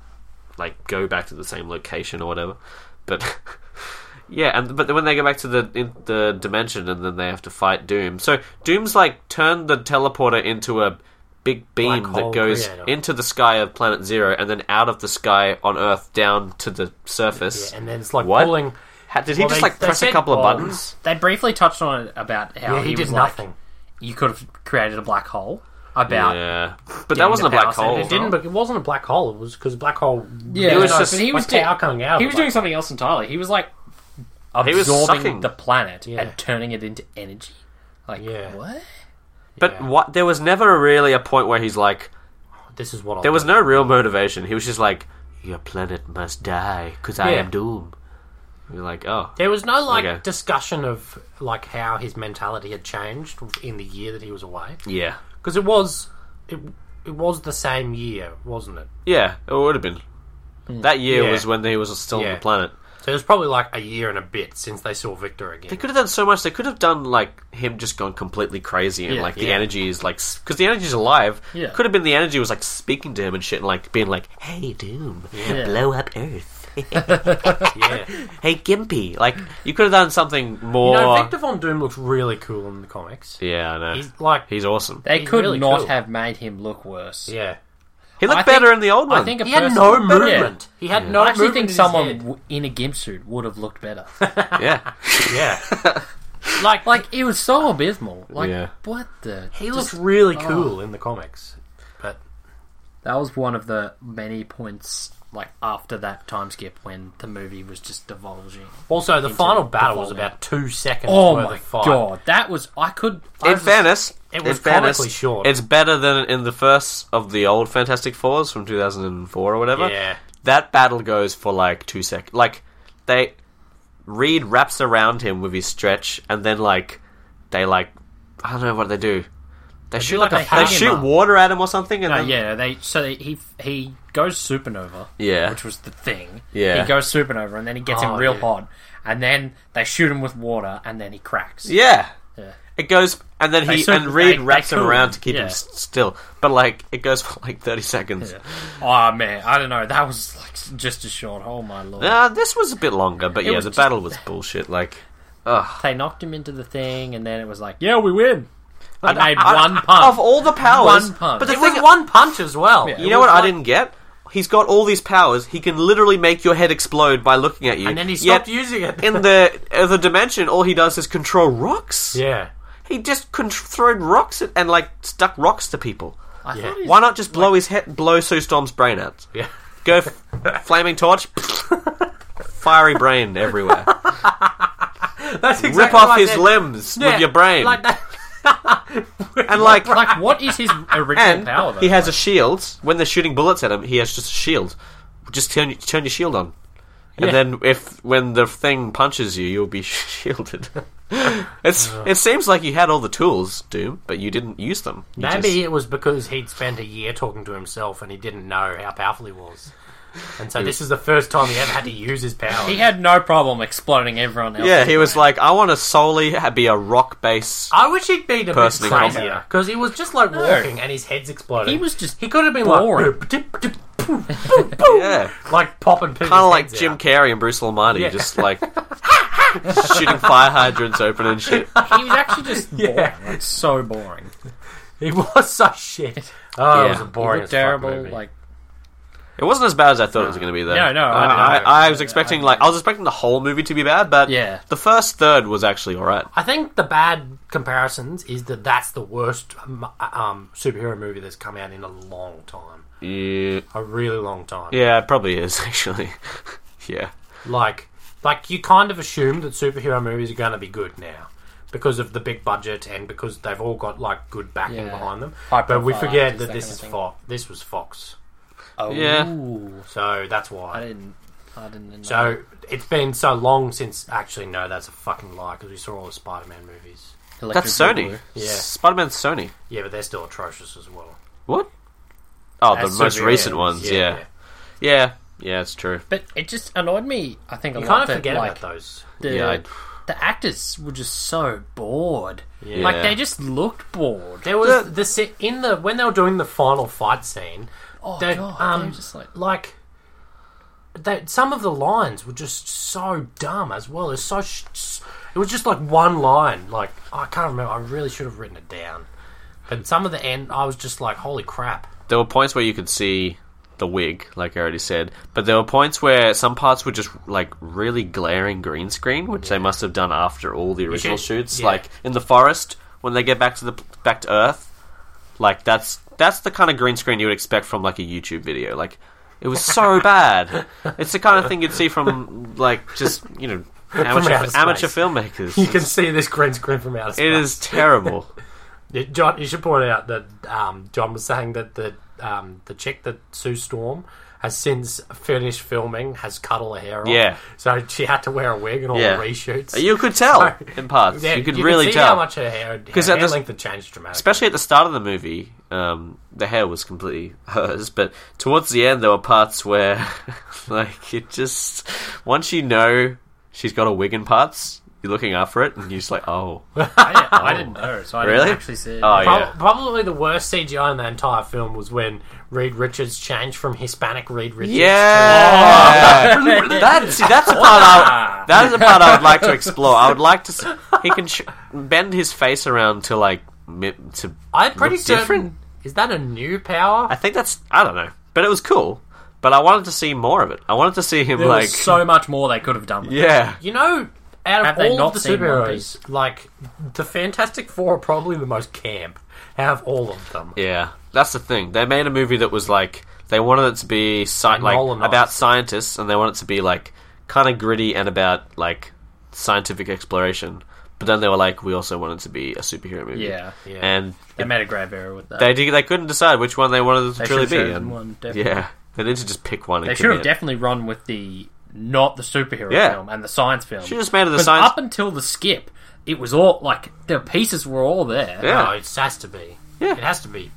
[SPEAKER 1] like go back to the same location or whatever. But yeah, and but when they go back to the in, the dimension and then they have to fight Doom. So Doom's like turned the teleporter into a big
[SPEAKER 2] Black
[SPEAKER 1] beam that
[SPEAKER 2] hole
[SPEAKER 1] goes
[SPEAKER 2] creator.
[SPEAKER 1] into the sky of planet Zero and then out of the sky on Earth down to the surface.
[SPEAKER 2] Yeah, and then it's like
[SPEAKER 1] What?
[SPEAKER 2] pulling.
[SPEAKER 1] Ha- did he
[SPEAKER 2] Well,
[SPEAKER 1] just
[SPEAKER 2] they-
[SPEAKER 1] like
[SPEAKER 2] they
[SPEAKER 1] press a
[SPEAKER 2] said-
[SPEAKER 1] couple of
[SPEAKER 2] well,
[SPEAKER 1] buttons?
[SPEAKER 3] They briefly touched on it about how
[SPEAKER 2] Yeah, he,
[SPEAKER 3] was
[SPEAKER 2] did
[SPEAKER 3] like,
[SPEAKER 2] nothing.
[SPEAKER 1] "Oh."
[SPEAKER 3] You could have created a black hole. About
[SPEAKER 1] Yeah, but
[SPEAKER 3] Getting
[SPEAKER 1] that wasn't a
[SPEAKER 3] the
[SPEAKER 1] black
[SPEAKER 3] power
[SPEAKER 1] hole.
[SPEAKER 3] center.
[SPEAKER 2] It didn't, but it wasn't a black hole. It was because black hole.
[SPEAKER 3] Yeah,
[SPEAKER 1] He was
[SPEAKER 3] no,
[SPEAKER 1] just-
[SPEAKER 3] but he was
[SPEAKER 2] like power
[SPEAKER 3] doing,
[SPEAKER 2] coming out
[SPEAKER 3] He
[SPEAKER 2] of
[SPEAKER 3] was
[SPEAKER 2] it.
[SPEAKER 3] doing something else entirely. He was like absorbing
[SPEAKER 1] was sucking.
[SPEAKER 3] the planet
[SPEAKER 2] Yeah.
[SPEAKER 3] and turning it into energy. Like
[SPEAKER 2] Yeah.
[SPEAKER 3] what?
[SPEAKER 1] But
[SPEAKER 2] Yeah.
[SPEAKER 1] what? There was never really a point where he's like,
[SPEAKER 2] This is what I
[SPEAKER 1] There was no real motivation. He was just like, "Your planet must die because I
[SPEAKER 2] Yeah.
[SPEAKER 1] am Doom." You're like, "Oh,
[SPEAKER 2] There was no like
[SPEAKER 1] Okay.
[SPEAKER 2] discussion of like how his mentality had changed in the year that he was away
[SPEAKER 1] yeah,
[SPEAKER 2] because it was it, it was the same year, wasn't it?
[SPEAKER 1] yeah." It would have been
[SPEAKER 3] Hmm.
[SPEAKER 1] that year
[SPEAKER 2] Yeah.
[SPEAKER 1] was when he was still on
[SPEAKER 2] Yeah.
[SPEAKER 1] the planet.
[SPEAKER 2] So it was probably like a year and a bit since they saw Victor again.
[SPEAKER 1] They could have done so much. They could have done like him just gone completely crazy and
[SPEAKER 3] Yeah.
[SPEAKER 1] like the
[SPEAKER 2] Yeah.
[SPEAKER 1] energy is like because the energy's alive.
[SPEAKER 3] Yeah.
[SPEAKER 1] Could have been the energy was like speaking to him and shit and like being like, "Hey, Doom, blow up Earth."
[SPEAKER 2] yeah,
[SPEAKER 1] Hey, Gimpy. Like you could have done something
[SPEAKER 2] you
[SPEAKER 1] more.
[SPEAKER 2] know, Victor Von Doom looks really cool in the comics.
[SPEAKER 1] yeah, I know. He's,
[SPEAKER 2] He's like
[SPEAKER 1] awesome.
[SPEAKER 3] They
[SPEAKER 2] He's
[SPEAKER 3] could
[SPEAKER 2] really
[SPEAKER 3] not
[SPEAKER 2] cool.
[SPEAKER 3] have made him look worse.
[SPEAKER 2] yeah,
[SPEAKER 1] He looked
[SPEAKER 3] I think-
[SPEAKER 1] better in the old one.
[SPEAKER 3] I think a
[SPEAKER 2] he had
[SPEAKER 3] person-
[SPEAKER 2] no
[SPEAKER 3] Yeah.
[SPEAKER 2] movement. He had no.
[SPEAKER 3] I actually
[SPEAKER 2] movement in
[SPEAKER 3] think
[SPEAKER 2] his
[SPEAKER 3] someone
[SPEAKER 2] head.
[SPEAKER 3] w- in a gimp suit would have looked better.
[SPEAKER 1] yeah.
[SPEAKER 2] Yeah. like, like
[SPEAKER 3] like it was so abysmal. Like
[SPEAKER 1] Yeah.
[SPEAKER 3] what the?
[SPEAKER 2] he
[SPEAKER 3] just-
[SPEAKER 2] looks really cool in the comics. But
[SPEAKER 3] That was one of the many points, like after that time skip, when the movie was just divulging.
[SPEAKER 2] also, the final
[SPEAKER 3] the
[SPEAKER 2] battle was
[SPEAKER 3] fallout.
[SPEAKER 2] about two seconds.
[SPEAKER 3] Oh
[SPEAKER 2] worth
[SPEAKER 3] my
[SPEAKER 2] of fight.
[SPEAKER 3] god, that was I could. I
[SPEAKER 1] in
[SPEAKER 3] was-
[SPEAKER 1] fairness,
[SPEAKER 2] it was
[SPEAKER 1] in fairness,
[SPEAKER 2] comically short.
[SPEAKER 1] It's better than in the first of the old Fantastic Fours from 2004 or whatever.
[SPEAKER 2] Yeah.
[SPEAKER 1] That battle goes for like two sec. Like they Reed wraps around him with his stretch, and then like they like I don't know what they do. They, shoot
[SPEAKER 2] do,
[SPEAKER 1] like,
[SPEAKER 2] like,
[SPEAKER 1] a,
[SPEAKER 2] they
[SPEAKER 1] they
[SPEAKER 2] hang him
[SPEAKER 1] shoot
[SPEAKER 2] up.
[SPEAKER 1] water at him or something, and
[SPEAKER 3] No,
[SPEAKER 1] then,
[SPEAKER 3] Oh, yeah, they so he he goes supernova.
[SPEAKER 1] Yeah.
[SPEAKER 3] which was the thing.
[SPEAKER 1] Yeah.
[SPEAKER 3] he goes supernova, and then he gets
[SPEAKER 2] Oh,
[SPEAKER 3] him real
[SPEAKER 2] yeah.
[SPEAKER 3] hot, and then they shoot him with water, and then he cracks.
[SPEAKER 1] Yeah.
[SPEAKER 3] Yeah.
[SPEAKER 1] It goes, and then
[SPEAKER 3] They
[SPEAKER 1] he
[SPEAKER 3] sort
[SPEAKER 1] and
[SPEAKER 3] of-
[SPEAKER 1] Reed
[SPEAKER 3] they-
[SPEAKER 1] wraps
[SPEAKER 3] they
[SPEAKER 1] him
[SPEAKER 3] cool
[SPEAKER 1] around
[SPEAKER 3] him,
[SPEAKER 1] to keep him
[SPEAKER 3] yeah.
[SPEAKER 1] s- still, but like it goes for like thirty seconds.
[SPEAKER 3] Oh man, I don't know. That was like just a short. Oh my lord.
[SPEAKER 1] Nah, this was a bit longer, but yeah,
[SPEAKER 3] was
[SPEAKER 1] the
[SPEAKER 3] just-
[SPEAKER 1] battle was bullshit. Like,
[SPEAKER 3] They knocked him into the thing, and then it was like, yeah, we win. They made
[SPEAKER 1] I-
[SPEAKER 3] one punch.
[SPEAKER 1] of all the powers.
[SPEAKER 3] One punch.
[SPEAKER 1] But the
[SPEAKER 2] it
[SPEAKER 1] thing,
[SPEAKER 2] was one punch as well.
[SPEAKER 1] you know what I didn't get? He's got all these powers. He can literally make your head explode by looking at you.
[SPEAKER 2] And then he stopped
[SPEAKER 1] Yet,
[SPEAKER 2] using it.
[SPEAKER 1] in the other dimension, all he does is control rocks.
[SPEAKER 2] yeah.
[SPEAKER 1] He just con- throwed rocks at, and like stuck rocks to people.
[SPEAKER 3] I
[SPEAKER 2] Yeah.
[SPEAKER 3] thought he was-
[SPEAKER 1] Why not just blow his head, blow Sue Storm's brain out?
[SPEAKER 2] Yeah.
[SPEAKER 1] Go f- flaming torch, fiery brain everywhere.
[SPEAKER 2] That's exactly
[SPEAKER 1] Rip off
[SPEAKER 2] what I
[SPEAKER 1] his
[SPEAKER 2] said.
[SPEAKER 1] limbs
[SPEAKER 2] Yeah,
[SPEAKER 1] with your brain,
[SPEAKER 2] Like that.
[SPEAKER 1] and like
[SPEAKER 3] like, what is his original
[SPEAKER 1] And
[SPEAKER 3] power? Though?
[SPEAKER 1] he has a shield. When they're shooting bullets at him, he has just a shield. Just turn turn your shield on, and
[SPEAKER 3] Yeah.
[SPEAKER 1] then if when the thing punches you, you'll be shielded. it's it seems like you had all the tools, Doom, but you didn't use them. You
[SPEAKER 2] Maybe
[SPEAKER 1] just-
[SPEAKER 2] it was because he'd spent a year talking to himself and he didn't know how powerful he was. And so this is the first time he ever had to use his power.
[SPEAKER 3] He had no problem exploding everyone else.
[SPEAKER 1] yeah, he was like, I want to solely ha- be a rock base.
[SPEAKER 2] I wish he'd been a
[SPEAKER 1] Person in
[SPEAKER 2] bit
[SPEAKER 1] combat.
[SPEAKER 2] crazier because he was just like walking and his head's exploding.
[SPEAKER 3] He was just
[SPEAKER 2] He could have been
[SPEAKER 3] boring.
[SPEAKER 2] like, boop, dip, dip, boop, boop, boop,
[SPEAKER 1] Yeah,
[SPEAKER 2] like popping people's
[SPEAKER 1] kind of like
[SPEAKER 2] Oh! heads
[SPEAKER 1] Jim
[SPEAKER 2] out.
[SPEAKER 1] Carrey and Bruce Almighty,
[SPEAKER 2] Yeah.
[SPEAKER 1] just like shooting fire hydrants open and shit.
[SPEAKER 3] he was actually just
[SPEAKER 2] Yeah.
[SPEAKER 3] boring. Like, so boring.
[SPEAKER 2] He was so shit. Oh, it was
[SPEAKER 1] Yeah.
[SPEAKER 2] a
[SPEAKER 1] He
[SPEAKER 2] boring,
[SPEAKER 3] he
[SPEAKER 2] as
[SPEAKER 3] looked
[SPEAKER 2] fuck
[SPEAKER 3] terrible.
[SPEAKER 2] movie.
[SPEAKER 3] Like
[SPEAKER 1] It wasn't as bad as I thought it was going to be, though.
[SPEAKER 3] No, no,
[SPEAKER 1] I,
[SPEAKER 3] I know.
[SPEAKER 1] I, I was expecting like I was expecting the whole movie to be bad, but
[SPEAKER 3] Yeah.
[SPEAKER 1] the first third was actually all right.
[SPEAKER 2] I think the bad comparisons is that that's the worst um, um, superhero movie that's come out in a long time,
[SPEAKER 1] Yeah,
[SPEAKER 2] a really long time.
[SPEAKER 1] yeah, it probably is actually. yeah,
[SPEAKER 2] Like, like you kind of assume that superhero movies are going to be good now because of the big budget and because they've all got like good backing
[SPEAKER 3] Yeah.
[SPEAKER 2] behind them.
[SPEAKER 3] High
[SPEAKER 2] but we
[SPEAKER 3] profile
[SPEAKER 2] forget
[SPEAKER 3] actors,
[SPEAKER 2] that
[SPEAKER 3] that
[SPEAKER 2] this
[SPEAKER 3] kind of
[SPEAKER 2] is
[SPEAKER 3] thing.
[SPEAKER 2] Fox. This was Fox,
[SPEAKER 3] oh,
[SPEAKER 1] Yeah.
[SPEAKER 2] so that's
[SPEAKER 3] I
[SPEAKER 2] why.
[SPEAKER 3] didn't. I didn't. Know.
[SPEAKER 2] So it's been so long since actually no, that's a fucking lie because we saw all the Spider-Man movies.
[SPEAKER 3] Electric
[SPEAKER 1] that's
[SPEAKER 3] Boogaloo.
[SPEAKER 1] Sony.
[SPEAKER 2] Yeah.
[SPEAKER 1] Spider Man's Sony.
[SPEAKER 2] Yeah, but they're still atrocious as well.
[SPEAKER 1] What? Oh,
[SPEAKER 3] That's
[SPEAKER 1] the most
[SPEAKER 3] superhero
[SPEAKER 1] recent
[SPEAKER 3] movies,
[SPEAKER 1] ones. Yeah. yeah, Yeah, it's true.
[SPEAKER 3] But it just annoyed me. I think a
[SPEAKER 2] You
[SPEAKER 3] lot
[SPEAKER 2] kind of
[SPEAKER 3] that,
[SPEAKER 2] forget
[SPEAKER 3] like,
[SPEAKER 2] about those.
[SPEAKER 3] The,
[SPEAKER 1] Yeah, I-
[SPEAKER 3] the actors were just so bored. Like they just looked bored.
[SPEAKER 2] There was the, se- in the when they were doing the final fight scene.
[SPEAKER 3] Oh
[SPEAKER 2] they,
[SPEAKER 3] god, they
[SPEAKER 2] um,
[SPEAKER 3] were just like
[SPEAKER 2] like that. Some of the lines were just so dumb as well. It's so sh- s- it was just like one line. Like I can't remember. I really should have written it down. But some of the end, I was just like, "Holy crap!"
[SPEAKER 1] There were points where you could see the wig, like I already said, but there were points where some parts were just like really glaring green screen, which they must have done after all the original
[SPEAKER 2] should-
[SPEAKER 1] shoots.
[SPEAKER 2] yeah.
[SPEAKER 1] Like in the forest when they get back to the back to Earth, like that's that's the kind of green screen you would expect from like a YouTube video. Like it was so bad. It's the kind of thing you'd see from like just you know amateur
[SPEAKER 2] outer space.
[SPEAKER 1] amateur filmmakers.
[SPEAKER 2] You can see this green screen from outer space.
[SPEAKER 1] it is terrible.
[SPEAKER 2] Yeah, John, you should point out that um, John was saying that the um, the chick that Sue Storm has since finished filming has cut all her hair off.
[SPEAKER 1] Yeah.
[SPEAKER 2] so she had to wear a wig and all
[SPEAKER 1] Yeah.
[SPEAKER 2] the reshoots.
[SPEAKER 1] You could tell
[SPEAKER 2] Sorry.
[SPEAKER 1] in parts.
[SPEAKER 2] Yeah,
[SPEAKER 1] you could really
[SPEAKER 2] see
[SPEAKER 1] tell
[SPEAKER 2] how much her hair, her
[SPEAKER 1] 'Cause at
[SPEAKER 2] hair
[SPEAKER 1] this-
[SPEAKER 2] length had changed dramatically.
[SPEAKER 1] especially at the start of the movie, um, the hair was completely hers. But towards the end, there were parts where, like, it just once you know she's got a wig in parts, you're looking out for it, and you're just like, oh,
[SPEAKER 3] I didn't, I didn't know, so I
[SPEAKER 1] Really?
[SPEAKER 3] didn't actually see it.
[SPEAKER 1] Oh, yeah.
[SPEAKER 2] Prob- Probably the worst CGI in the entire film was when Reed Richards changed from Hispanic Reed Richards.
[SPEAKER 1] yeah. that's that's a part I, that is a part I would like to explore. I would like to. s- He can sh- bend his face around to like mi- to.
[SPEAKER 2] I'm pretty
[SPEAKER 1] look
[SPEAKER 2] certain.
[SPEAKER 1] different.
[SPEAKER 2] Is that a new power?
[SPEAKER 1] I think that's I don't know, but it was cool. But I wanted to see more of it. I wanted to see him
[SPEAKER 3] There
[SPEAKER 1] like
[SPEAKER 3] was so much more they could have done. With
[SPEAKER 1] yeah.
[SPEAKER 2] You know, out
[SPEAKER 3] Have
[SPEAKER 2] of
[SPEAKER 3] they
[SPEAKER 2] all
[SPEAKER 3] not
[SPEAKER 2] of the
[SPEAKER 3] seen One
[SPEAKER 2] superheroes, like the Fantastic Four are probably the most camp out of all of them.
[SPEAKER 1] Yeah, that's the thing. They made a movie that was like they wanted it to be sci- like
[SPEAKER 2] Nolanized.
[SPEAKER 1] about scientists, and they wanted it to be like kind of gritty and about like scientific exploration. But then they were like, we also want it to be a superhero movie.
[SPEAKER 3] Yeah. Yeah.
[SPEAKER 1] and
[SPEAKER 3] it. They made a grave error with that.
[SPEAKER 1] they did, they couldn't decide which one they wanted it to
[SPEAKER 3] They
[SPEAKER 1] truly
[SPEAKER 3] should've
[SPEAKER 1] be.
[SPEAKER 3] chosen
[SPEAKER 1] and-
[SPEAKER 3] one, definitely.
[SPEAKER 1] yeah, they need to just pick one.
[SPEAKER 3] They should have definitely run with the not the superhero
[SPEAKER 1] Yeah.
[SPEAKER 3] film and the science film.
[SPEAKER 1] Should have just made it the
[SPEAKER 3] 'Cause
[SPEAKER 1] science-
[SPEAKER 3] Up until the skip, it was all like the pieces were all there.
[SPEAKER 1] Yeah.
[SPEAKER 2] No, it has to be.
[SPEAKER 1] Yeah.
[SPEAKER 2] It has to be.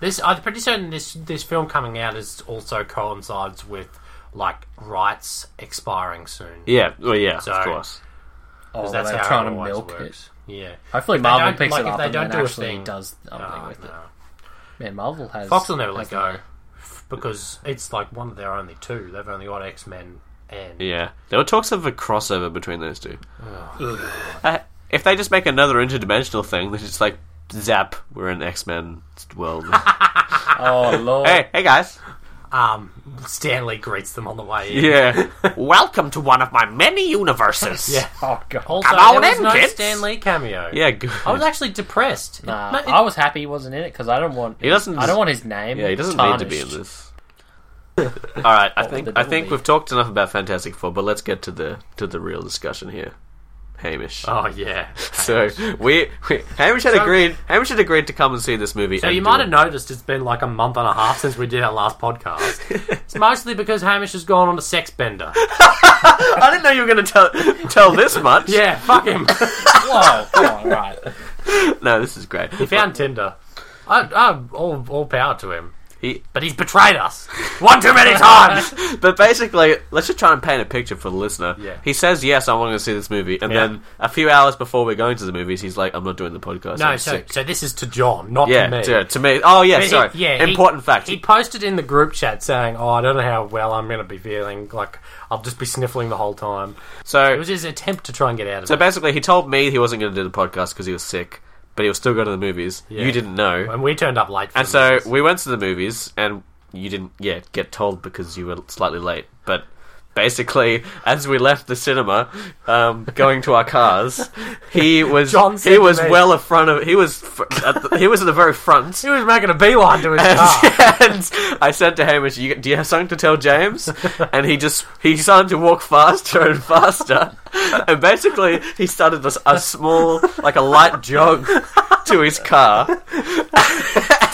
[SPEAKER 2] This I'm pretty certain this this film coming out is also coincides with like rights expiring soon.
[SPEAKER 1] Yeah, well, yeah,
[SPEAKER 2] So-
[SPEAKER 1] of course.
[SPEAKER 3] Oh,
[SPEAKER 2] That's
[SPEAKER 3] they were
[SPEAKER 2] how
[SPEAKER 3] trying to
[SPEAKER 2] it always
[SPEAKER 3] milk
[SPEAKER 2] works. Yeah.
[SPEAKER 3] it. Hopefully,
[SPEAKER 2] If they
[SPEAKER 3] Marvel
[SPEAKER 2] don't-
[SPEAKER 3] picks
[SPEAKER 2] like,
[SPEAKER 3] it
[SPEAKER 2] if
[SPEAKER 3] up
[SPEAKER 2] they
[SPEAKER 3] and
[SPEAKER 2] don't do
[SPEAKER 3] then
[SPEAKER 2] a
[SPEAKER 3] actually
[SPEAKER 2] thing-
[SPEAKER 3] does something
[SPEAKER 2] No,
[SPEAKER 3] with it.
[SPEAKER 2] no.
[SPEAKER 3] Man, Marvel has
[SPEAKER 2] Fox will never let
[SPEAKER 3] has
[SPEAKER 2] go because it's like one of their only two. They've only got X Men and
[SPEAKER 1] Yeah, there were talks of a crossover between those two. Uh, if they just make another interdimensional thing, then it's like zap, we're in X Men world.
[SPEAKER 3] Oh lord!
[SPEAKER 1] hey, hey guys.
[SPEAKER 2] um Stanley greets them on the way in.
[SPEAKER 1] Yeah. Welcome to one of my many universes.
[SPEAKER 2] Yeah.
[SPEAKER 3] Oh god!
[SPEAKER 2] Also,
[SPEAKER 1] Come on
[SPEAKER 2] there was
[SPEAKER 1] in,
[SPEAKER 2] no
[SPEAKER 1] kids.
[SPEAKER 2] Stan Lee cameo.
[SPEAKER 1] Yeah, good.
[SPEAKER 2] I was actually depressed.
[SPEAKER 3] Nah,
[SPEAKER 2] No, it-
[SPEAKER 3] I was happy he wasn't in it because I don't want.
[SPEAKER 1] He doesn't-
[SPEAKER 3] I don't want his name.
[SPEAKER 1] yeah, he doesn't need to be
[SPEAKER 3] tarnished.
[SPEAKER 1] in this. All right, I
[SPEAKER 3] What
[SPEAKER 1] think
[SPEAKER 3] would the
[SPEAKER 1] I
[SPEAKER 3] devil
[SPEAKER 1] think
[SPEAKER 3] be?
[SPEAKER 1] we've talked enough about Fantastic Four, but let's get to the to the real discussion here. Hamish.
[SPEAKER 2] oh yeah.
[SPEAKER 1] So we, we Hamish had
[SPEAKER 2] So-
[SPEAKER 1] agreed Hamish had agreed to come and see this movie.
[SPEAKER 2] So you might have noticed it's been like a month and a half since we did our last podcast. it's mostly because Hamish has gone on a sex bender.
[SPEAKER 1] I didn't know you were going to tell tell this much.
[SPEAKER 2] Yeah, fuck him.
[SPEAKER 3] Whoa! Come on, right?
[SPEAKER 1] No, this is great.
[SPEAKER 2] He found Tinder. I, I, all, all power to him.
[SPEAKER 1] He-
[SPEAKER 2] But he's betrayed us one too many times.
[SPEAKER 1] But basically, let's just try and paint a picture for the listener.
[SPEAKER 2] Yeah.
[SPEAKER 1] He says, "Yes, I want to see this movie," and
[SPEAKER 2] Yeah.
[SPEAKER 1] then a few hours before we're going to the movies, he's like, "I'm not doing the podcast."
[SPEAKER 2] no,
[SPEAKER 1] I'm
[SPEAKER 2] so,
[SPEAKER 1] sick."
[SPEAKER 2] so this is to John, not
[SPEAKER 1] yeah,
[SPEAKER 2] to me.
[SPEAKER 1] to, to me. Oh, yeah,
[SPEAKER 2] But he-
[SPEAKER 1] sorry.
[SPEAKER 2] he-
[SPEAKER 1] important fact.
[SPEAKER 2] He posted in the group chat saying, "Oh, I don't know how well I'm going to be feeling. Like I'll just be sniffling the whole time." It
[SPEAKER 1] so,
[SPEAKER 2] was his attempt to try and get out of
[SPEAKER 1] so
[SPEAKER 2] it.
[SPEAKER 1] basically, he told me he wasn't going to do the podcast because he was sick, but he was still going to the movies. You didn't know,
[SPEAKER 2] And we turned up late. For
[SPEAKER 1] and
[SPEAKER 2] the
[SPEAKER 1] so
[SPEAKER 2] meetings.
[SPEAKER 1] we went to the movies, and you didn't yet get told because you were slightly late, but. Basically, as we left the cinema, um, going to our cars, he was
[SPEAKER 2] John said
[SPEAKER 1] he
[SPEAKER 2] to
[SPEAKER 1] was
[SPEAKER 2] me-
[SPEAKER 1] well in front of he was fr- at the, he was at the very front,
[SPEAKER 2] he was making a beeline to his
[SPEAKER 1] And,
[SPEAKER 2] car.
[SPEAKER 1] and I said to Hamish, you, "Do you have something to tell James?" And he just he started to walk faster and faster, and basically he started this a small like a light jog to his car.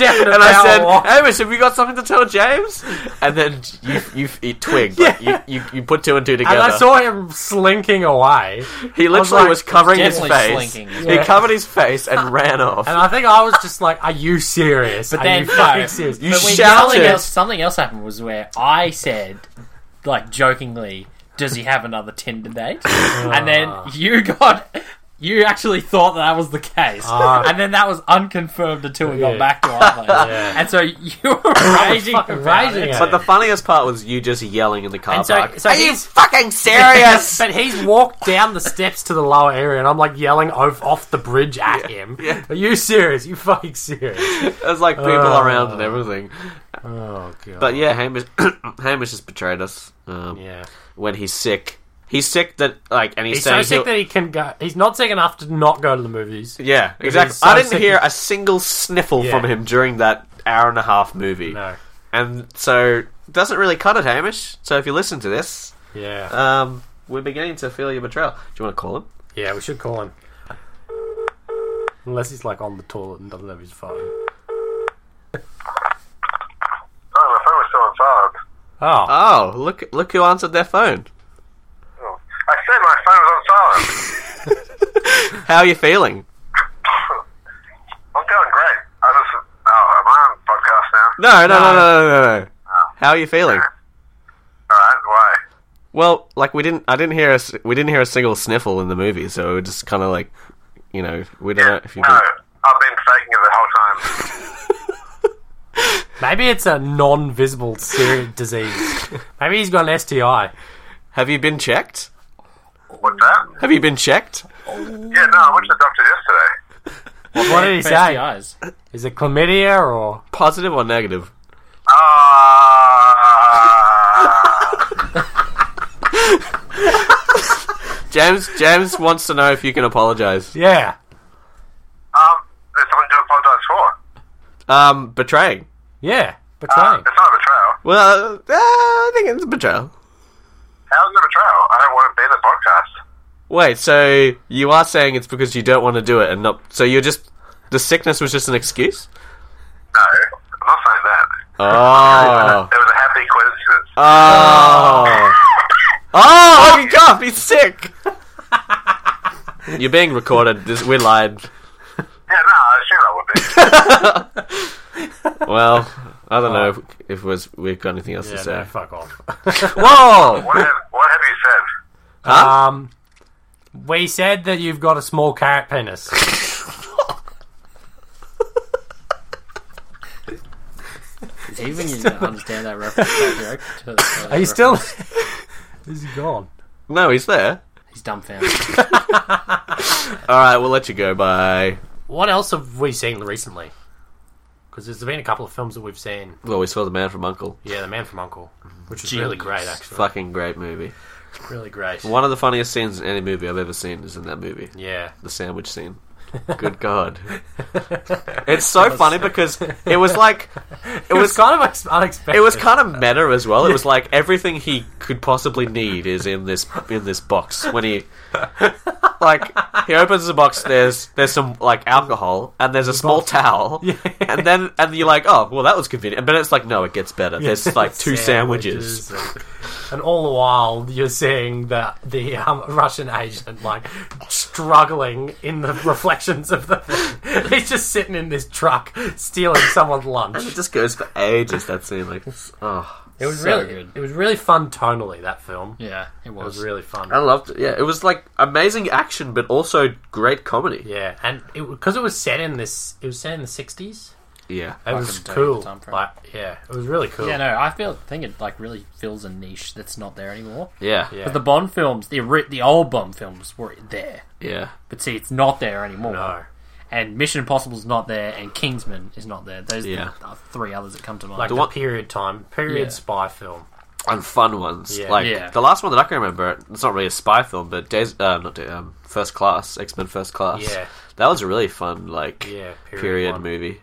[SPEAKER 2] Definite
[SPEAKER 1] And I
[SPEAKER 2] power
[SPEAKER 1] said,
[SPEAKER 2] walk.
[SPEAKER 1] "Hamish, have you got something to tell James?" And then you you, you twigged, like,
[SPEAKER 2] Yeah.
[SPEAKER 1] you, you you put two and two together.
[SPEAKER 2] And I saw him slinking away.
[SPEAKER 1] he literally was,
[SPEAKER 2] like,
[SPEAKER 1] covering his
[SPEAKER 3] definitely
[SPEAKER 1] face.
[SPEAKER 3] slinking.
[SPEAKER 1] He
[SPEAKER 2] Yeah.
[SPEAKER 1] covered his face and ran off.
[SPEAKER 2] And I think I was just like, "Are you serious? But Are
[SPEAKER 3] then-
[SPEAKER 2] you fucking
[SPEAKER 3] no.
[SPEAKER 2] serious?"
[SPEAKER 1] you
[SPEAKER 3] But we-
[SPEAKER 1] shouted.
[SPEAKER 3] Something else, something else happened was where I said like jokingly, "Does he have another Tinder date?" and then you got. You actually thought that, that was the case,
[SPEAKER 2] Ah.
[SPEAKER 3] and then that was unconfirmed until we
[SPEAKER 2] Yeah.
[SPEAKER 3] got back to our place. And so you were raging,
[SPEAKER 2] fucking
[SPEAKER 3] about
[SPEAKER 2] raging
[SPEAKER 3] it.
[SPEAKER 2] at
[SPEAKER 1] But the funniest part was you just yelling in the car
[SPEAKER 3] And so-
[SPEAKER 1] park.
[SPEAKER 3] so
[SPEAKER 1] Are you
[SPEAKER 3] he's-
[SPEAKER 1] fucking serious?
[SPEAKER 2] But he's walked down the steps to the lower area, and I'm like yelling off, off the bridge at him. Are you serious? You fucking serious?
[SPEAKER 1] There's like people
[SPEAKER 2] Oh.
[SPEAKER 1] around and everything.
[SPEAKER 2] Oh god.
[SPEAKER 1] But yeah, Hamish Hamish has betrayed us. Um,
[SPEAKER 2] yeah.
[SPEAKER 1] When he's sick, he's sick that like, and he's,
[SPEAKER 2] He's so
[SPEAKER 1] saying
[SPEAKER 2] sick
[SPEAKER 1] he'll-
[SPEAKER 2] that he can go. He's not sick enough to not go to the movies.
[SPEAKER 1] yeah, exactly.
[SPEAKER 2] so
[SPEAKER 1] I didn't
[SPEAKER 2] sick
[SPEAKER 1] hear
[SPEAKER 2] he-
[SPEAKER 1] a single sniffle
[SPEAKER 2] Yeah.
[SPEAKER 1] from him during that hour and a half movie.
[SPEAKER 2] No.
[SPEAKER 1] And so doesn't really cut it, Hamish. So if you listen to this,
[SPEAKER 2] Yeah.
[SPEAKER 1] um, we're beginning to feel your betrayal. Do you want to call him?
[SPEAKER 2] yeah, we should call him. Unless he's like on the toilet and doesn't have his phone.
[SPEAKER 6] Oh, my phone was still on silent.
[SPEAKER 2] Oh.
[SPEAKER 1] Oh, look! Look who answered their phone.
[SPEAKER 6] Oh. I said my phone was on silent.
[SPEAKER 1] How are you feeling?
[SPEAKER 6] I'm doing great. I just, oh, am I on podcast now?
[SPEAKER 1] No, no, no, no, no, no. no. How are you feeling?
[SPEAKER 6] All right, why?
[SPEAKER 1] Well, like we didn't, I didn't hear a, s- we didn't hear a single sniffle in the movie, so we we're just kind of like, you know, we don't know if you.
[SPEAKER 6] No, I've been faking it the whole time.
[SPEAKER 2] Maybe it's a non visible serious disease. Maybe he's got an STI.
[SPEAKER 1] Have you been checked?
[SPEAKER 6] What's that?
[SPEAKER 1] Have you been checked?
[SPEAKER 6] Yeah, no, I went to the doctor yesterday.
[SPEAKER 2] What did he
[SPEAKER 3] Crazy
[SPEAKER 2] say?
[SPEAKER 3] eyes.
[SPEAKER 2] Is it chlamydia or.
[SPEAKER 1] Positive or negative?
[SPEAKER 6] Ah.
[SPEAKER 1] James, James wants to know if you can apologize.
[SPEAKER 2] Yeah.
[SPEAKER 6] um, there's something to apologize for.
[SPEAKER 1] Um, betraying.
[SPEAKER 2] Yeah. Betraying.
[SPEAKER 6] It's not a betrayal.
[SPEAKER 1] Well, uh, I think it's betrayal.
[SPEAKER 6] How's it a betrayal? I don't want to be in the podcast.
[SPEAKER 1] Wait, so you are saying it's because you don't want to do it, and not so you're just the sickness was just an excuse?
[SPEAKER 6] No, I'm not saying that.
[SPEAKER 1] Oh,
[SPEAKER 6] It was a happy coincidence.
[SPEAKER 1] Uh, oh, oh! Wake up! He's sick. You're being recorded. This, we lied.
[SPEAKER 6] yeah, no, I assume I would be.
[SPEAKER 1] Well, I don't know if, if was we've got anything else to
[SPEAKER 2] Yeah,
[SPEAKER 1] say.
[SPEAKER 2] no, fuck off.
[SPEAKER 1] Whoa!
[SPEAKER 6] What have, what have you said?
[SPEAKER 2] Um, we said that you've got a small carrot penis.
[SPEAKER 3] Does he even understand that reference? That joke? To-
[SPEAKER 2] Are you still? Is he gone?
[SPEAKER 1] No, he's there.
[SPEAKER 3] He's dumbfounded.
[SPEAKER 1] All right, we'll let you go. Bye.
[SPEAKER 2] What else have we seen recently? Because there's been a couple of films that we've seen.
[SPEAKER 1] Well, we saw the man from Uncle.
[SPEAKER 2] Yeah, The Man from Uncle, which is really
[SPEAKER 3] Genius.
[SPEAKER 2] great, actually.
[SPEAKER 1] Fucking great movie.
[SPEAKER 2] Mm-hmm. Really great.
[SPEAKER 1] One of the funniest scenes in any movie I've ever seen is in that movie.
[SPEAKER 2] Yeah.
[SPEAKER 1] the sandwich scene. Good God, it's so funny because it was like it
[SPEAKER 2] It was
[SPEAKER 1] was
[SPEAKER 2] kind of ex- unexpected.
[SPEAKER 1] it was kind of meta as well. It was like everything he could possibly need is in this in this box. When he like he opens the box, there's there's some like alcohol and there's a small towel, and then and you're like, oh well, that was convenient. But it's like no, it gets better. There's like two sandwiches.
[SPEAKER 2] and, and all the while you're seeing the the um, Russian agent like struggling in the reflections of the. Thing. He's just sitting in this truck stealing someone's lunch.
[SPEAKER 1] It just goes for ages. That scene, like, it's- oh,
[SPEAKER 2] It was
[SPEAKER 3] So
[SPEAKER 2] really
[SPEAKER 3] good.
[SPEAKER 2] It was really fun tonally that film.
[SPEAKER 3] Yeah, it
[SPEAKER 2] It was
[SPEAKER 3] was.
[SPEAKER 2] really fun.
[SPEAKER 1] I loved it. Yeah, it was like amazing action, but also great comedy.
[SPEAKER 2] Yeah, and because it, was set in this, it was set in the sixties.
[SPEAKER 1] Yeah.
[SPEAKER 2] It was
[SPEAKER 3] Fucking
[SPEAKER 2] cool.
[SPEAKER 3] dated time frame.
[SPEAKER 2] Like, yeah, it was really cool.
[SPEAKER 3] Yeah, no, I feel think it like really fills a niche that's not there anymore.
[SPEAKER 1] Yeah.
[SPEAKER 2] Yeah.
[SPEAKER 3] But the Bond films, the ori- the old Bond films were there,
[SPEAKER 1] Yeah.
[SPEAKER 3] but see, it's not there anymore.
[SPEAKER 2] No.
[SPEAKER 3] And Mission Impossible's not there, and Kingsman is not there. Those
[SPEAKER 1] Yeah.
[SPEAKER 3] are three others that come to mind.
[SPEAKER 2] like the,
[SPEAKER 1] one-
[SPEAKER 2] period time, period
[SPEAKER 3] Yeah.
[SPEAKER 2] spy film.
[SPEAKER 1] And fun ones.
[SPEAKER 2] Yeah.
[SPEAKER 1] Like
[SPEAKER 3] Yeah.
[SPEAKER 1] the last one that I can remember, it's not really a spy film, but Days uh, not Days, um, First Class, X Men First Class.
[SPEAKER 2] Yeah.
[SPEAKER 1] That was a really fun like
[SPEAKER 2] Yeah, period
[SPEAKER 1] period,
[SPEAKER 2] one.
[SPEAKER 1] movie.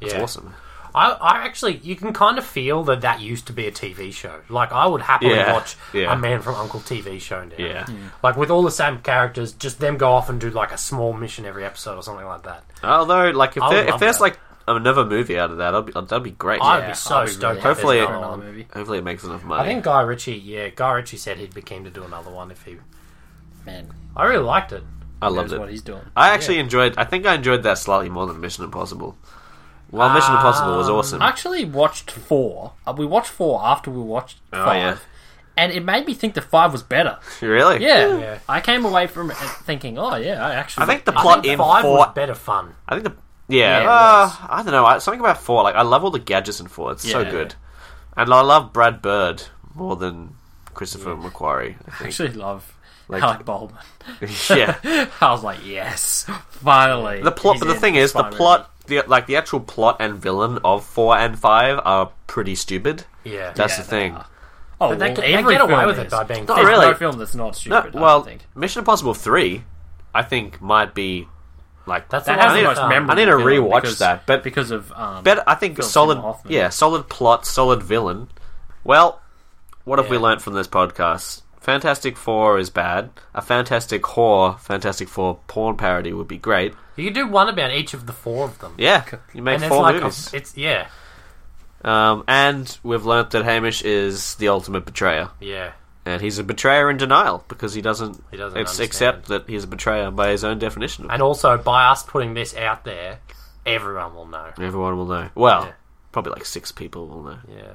[SPEAKER 2] Yeah,
[SPEAKER 1] It's awesome.
[SPEAKER 2] I, I actually, you can kind of feel that that used to be a TV show. Like I would happily
[SPEAKER 1] Yeah,
[SPEAKER 2] watch
[SPEAKER 1] yeah.
[SPEAKER 2] a Man from Uncle TV show now.
[SPEAKER 1] Yeah.
[SPEAKER 3] Hmm.
[SPEAKER 2] like with all the same characters, just them go off and do like a small mission every episode or something like that.
[SPEAKER 1] Although like if
[SPEAKER 2] I would
[SPEAKER 1] there, if
[SPEAKER 2] love
[SPEAKER 1] there's
[SPEAKER 2] that.
[SPEAKER 1] like another movie out of that, I'd be, that'd be great.
[SPEAKER 2] I'd be
[SPEAKER 3] I'd
[SPEAKER 2] so
[SPEAKER 3] be
[SPEAKER 2] stoked.
[SPEAKER 3] really
[SPEAKER 2] if
[SPEAKER 1] Hopefully
[SPEAKER 2] there's
[SPEAKER 1] it-
[SPEAKER 2] another
[SPEAKER 3] another
[SPEAKER 2] one.
[SPEAKER 3] movie.
[SPEAKER 1] Hopefully it makes enough money.
[SPEAKER 2] I think Guy Ritchie, yeah, Guy Ritchie said he'd be keen to do another one if he.
[SPEAKER 3] Man,
[SPEAKER 2] I really liked it.
[SPEAKER 1] I
[SPEAKER 3] that's
[SPEAKER 1] loved
[SPEAKER 3] what
[SPEAKER 1] it.
[SPEAKER 3] he's doing.
[SPEAKER 1] I actually enjoyed. I think I enjoyed that slightly more than Mission Impossible. While
[SPEAKER 2] Uh,
[SPEAKER 1] Mission Impossible was awesome,
[SPEAKER 3] I actually watched four. Uh, we watched four after we watched five.
[SPEAKER 1] Oh, yeah.
[SPEAKER 3] and it made me think the five was better.
[SPEAKER 1] Really?
[SPEAKER 3] Yeah,
[SPEAKER 2] Yeah.
[SPEAKER 3] I came away from it thinking, oh yeah, I actually.
[SPEAKER 1] I think the
[SPEAKER 2] I
[SPEAKER 1] plot
[SPEAKER 2] think
[SPEAKER 1] in
[SPEAKER 2] five
[SPEAKER 1] four.
[SPEAKER 2] was better fun.
[SPEAKER 1] I think the yeah.
[SPEAKER 3] Yeah, it
[SPEAKER 1] uh,
[SPEAKER 3] was.
[SPEAKER 1] I don't know. I, something about four. Like I love all the gadgets in four. It's so
[SPEAKER 3] Yeah.
[SPEAKER 1] good, and I love Brad Bird more than Christopher McQuarrie. I
[SPEAKER 3] I
[SPEAKER 1] think.
[SPEAKER 3] actually love
[SPEAKER 1] Like-
[SPEAKER 3] Alec Baldwin.
[SPEAKER 1] yeah.
[SPEAKER 3] I was like, yes, finally.
[SPEAKER 1] The plot,
[SPEAKER 3] he's
[SPEAKER 1] but the
[SPEAKER 3] in
[SPEAKER 1] thing
[SPEAKER 3] this
[SPEAKER 1] is, the
[SPEAKER 3] Spider-Man
[SPEAKER 1] plot, the, like the actual plot and villain of four and five are pretty stupid.
[SPEAKER 2] Yeah.
[SPEAKER 1] That's the
[SPEAKER 3] Yeah, they
[SPEAKER 1] thing.
[SPEAKER 3] are. movie. Oh,
[SPEAKER 2] But they,
[SPEAKER 3] well,
[SPEAKER 2] get- they
[SPEAKER 3] every
[SPEAKER 2] get away
[SPEAKER 3] film
[SPEAKER 2] with it
[SPEAKER 3] is. Oh,
[SPEAKER 2] by being.
[SPEAKER 1] Not
[SPEAKER 3] There's
[SPEAKER 1] really.
[SPEAKER 3] no film that's not
[SPEAKER 1] No,
[SPEAKER 3] stupid. I
[SPEAKER 1] well,
[SPEAKER 3] don't think.
[SPEAKER 1] Mission Impossible three, I think might be like
[SPEAKER 2] That's
[SPEAKER 3] that
[SPEAKER 1] I
[SPEAKER 2] the
[SPEAKER 3] has
[SPEAKER 2] one
[SPEAKER 1] need,
[SPEAKER 3] the
[SPEAKER 2] with,
[SPEAKER 3] most
[SPEAKER 2] um,
[SPEAKER 3] memorable.
[SPEAKER 1] I need to
[SPEAKER 3] villain
[SPEAKER 1] rewatch
[SPEAKER 3] because-
[SPEAKER 1] that, but-
[SPEAKER 3] because of um,
[SPEAKER 1] Better, I think
[SPEAKER 3] Phil
[SPEAKER 1] solid.
[SPEAKER 3] Seymour Hoffman.
[SPEAKER 1] Yeah, solid plot, solid villain. Well, what have we
[SPEAKER 2] Yeah.
[SPEAKER 1] learnt from this podcast? Fantastic Four is bad. A Fantastic Whore, Fantastic Four porn parody would be great.
[SPEAKER 2] You could do one about each of the four of them.
[SPEAKER 1] Yeah, you make
[SPEAKER 2] and it's
[SPEAKER 1] four
[SPEAKER 2] like
[SPEAKER 1] movies.
[SPEAKER 2] A, it's yeah,
[SPEAKER 1] Um, and we've learnt that Hamish is the ultimate betrayer,
[SPEAKER 2] yeah.
[SPEAKER 1] and he's a betrayer in denial because he doesn't.
[SPEAKER 2] He doesn't
[SPEAKER 1] it's,
[SPEAKER 2] understand.
[SPEAKER 1] accept that he's a betrayer by his own definition.
[SPEAKER 2] And also by us putting this out there, everyone will know.
[SPEAKER 1] Everyone will know. Well,
[SPEAKER 2] Yeah.
[SPEAKER 1] probably like six people will know.
[SPEAKER 2] Yeah.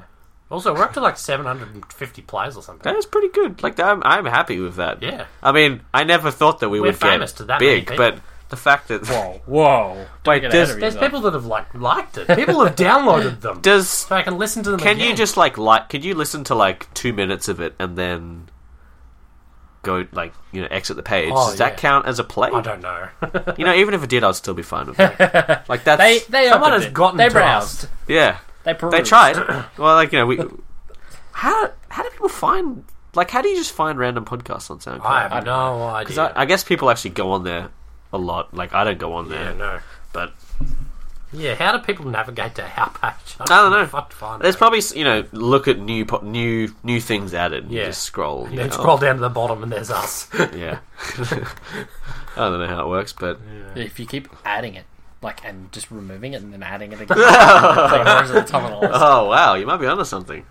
[SPEAKER 2] Also, we're up to like 750 plays or something.
[SPEAKER 1] That is pretty good. Like I'm, I'm happy with that.
[SPEAKER 2] Yeah.
[SPEAKER 1] I mean, I never thought that we
[SPEAKER 2] We're
[SPEAKER 1] would
[SPEAKER 2] famous
[SPEAKER 1] get
[SPEAKER 2] to that many
[SPEAKER 1] big,
[SPEAKER 2] people.
[SPEAKER 1] but the fact that
[SPEAKER 3] Whoa, whoa! Don't get
[SPEAKER 1] there's-
[SPEAKER 3] ahead of
[SPEAKER 2] There's
[SPEAKER 3] yourself.
[SPEAKER 2] people that have like liked it. People have downloaded them.
[SPEAKER 1] does
[SPEAKER 2] so I can listen to them.
[SPEAKER 1] can you
[SPEAKER 2] again.
[SPEAKER 1] just like like could you listen to like two minutes of it and then go like you know exit the page?
[SPEAKER 2] Oh,
[SPEAKER 1] does
[SPEAKER 2] yeah.
[SPEAKER 1] that count as a play?
[SPEAKER 2] I don't know.
[SPEAKER 1] You know, even if it did, I'd still be fine with it. like that's
[SPEAKER 3] They, they
[SPEAKER 2] Someone
[SPEAKER 3] opened
[SPEAKER 2] has
[SPEAKER 3] it.
[SPEAKER 2] gotten
[SPEAKER 3] They
[SPEAKER 2] to
[SPEAKER 3] browsed.
[SPEAKER 2] us.
[SPEAKER 1] yeah.
[SPEAKER 3] They perused.
[SPEAKER 1] They tried. well, like you know, we how how do people find like how do you just find random podcasts on SoundCloud?
[SPEAKER 2] I have no
[SPEAKER 1] Because
[SPEAKER 2] idea.
[SPEAKER 1] I, I guess people actually go on there a lot. Like I don't go on there,
[SPEAKER 2] yeah, no.
[SPEAKER 1] but
[SPEAKER 2] Yeah, how do people navigate to our page? I
[SPEAKER 1] don't know.
[SPEAKER 2] Fuck to find
[SPEAKER 1] There's
[SPEAKER 2] it.
[SPEAKER 1] probably s- you know look at new po- new new things added. And You
[SPEAKER 2] Yeah.
[SPEAKER 1] just scroll. you
[SPEAKER 2] Then
[SPEAKER 1] know.
[SPEAKER 2] scroll down to the bottom and there's us.
[SPEAKER 1] Yeah. I don't know how it works, but
[SPEAKER 3] If you keep adding it, like, and just removing it and then adding it again, it's like, always at the top of the list.
[SPEAKER 1] oh wow, you might be onto something.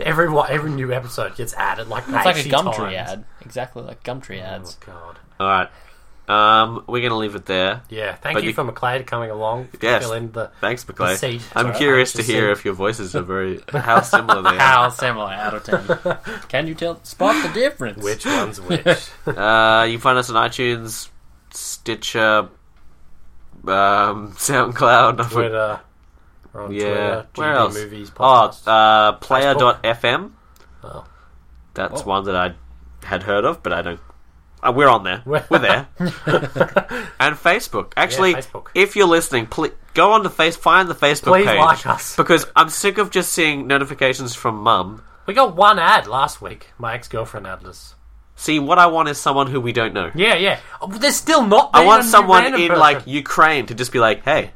[SPEAKER 2] every one- every new episode gets added like
[SPEAKER 3] It's like a
[SPEAKER 2] 80
[SPEAKER 3] Gumtree
[SPEAKER 2] times.
[SPEAKER 3] ad, exactly like Gumtree ads.
[SPEAKER 2] Oh, God.
[SPEAKER 1] All right, um, we're gonna leave it there.
[SPEAKER 2] Yeah, thank
[SPEAKER 1] But
[SPEAKER 2] you,
[SPEAKER 1] you-
[SPEAKER 2] for McLeod coming along. to
[SPEAKER 1] Yes.
[SPEAKER 2] Fill in the
[SPEAKER 1] Thanks,
[SPEAKER 2] The seed.
[SPEAKER 1] McClay.
[SPEAKER 2] Sorry,
[SPEAKER 1] I'm
[SPEAKER 2] I'm
[SPEAKER 1] curious to
[SPEAKER 2] just
[SPEAKER 1] hear
[SPEAKER 2] saying.
[SPEAKER 1] if your voices are very how similar they are.
[SPEAKER 3] How similar out of ten? Can you tell spot the difference?
[SPEAKER 2] which one's which.
[SPEAKER 1] Uh, you can find us on iTunes, Stitcher, um, SoundCloud, I forgot-
[SPEAKER 2] Twitter. We're on
[SPEAKER 1] Yeah.
[SPEAKER 2] Twitter.
[SPEAKER 1] Where
[SPEAKER 2] GB
[SPEAKER 1] else?
[SPEAKER 2] Movies
[SPEAKER 1] Oh,
[SPEAKER 2] podcast.
[SPEAKER 1] uh, player.fm.
[SPEAKER 2] Oh.
[SPEAKER 1] That's
[SPEAKER 3] Oh.
[SPEAKER 1] one that I had heard of, but I don't. Uh, we're on there. We're there. and Facebook. Actually,
[SPEAKER 2] Facebook.
[SPEAKER 1] if you're listening, please go on to face find the Facebook
[SPEAKER 2] Please
[SPEAKER 1] page
[SPEAKER 2] like us.
[SPEAKER 1] because I'm sick of just seeing notifications from mum.
[SPEAKER 2] we got one ad last week. My ex girlfriend ad us.
[SPEAKER 1] See, what I want is someone who we don't know.
[SPEAKER 2] Yeah, yeah. Oh, but there's still not.
[SPEAKER 1] I
[SPEAKER 2] been
[SPEAKER 1] want
[SPEAKER 2] a new
[SPEAKER 1] someone in
[SPEAKER 2] random person.
[SPEAKER 1] like Ukraine to just be like, "Hey,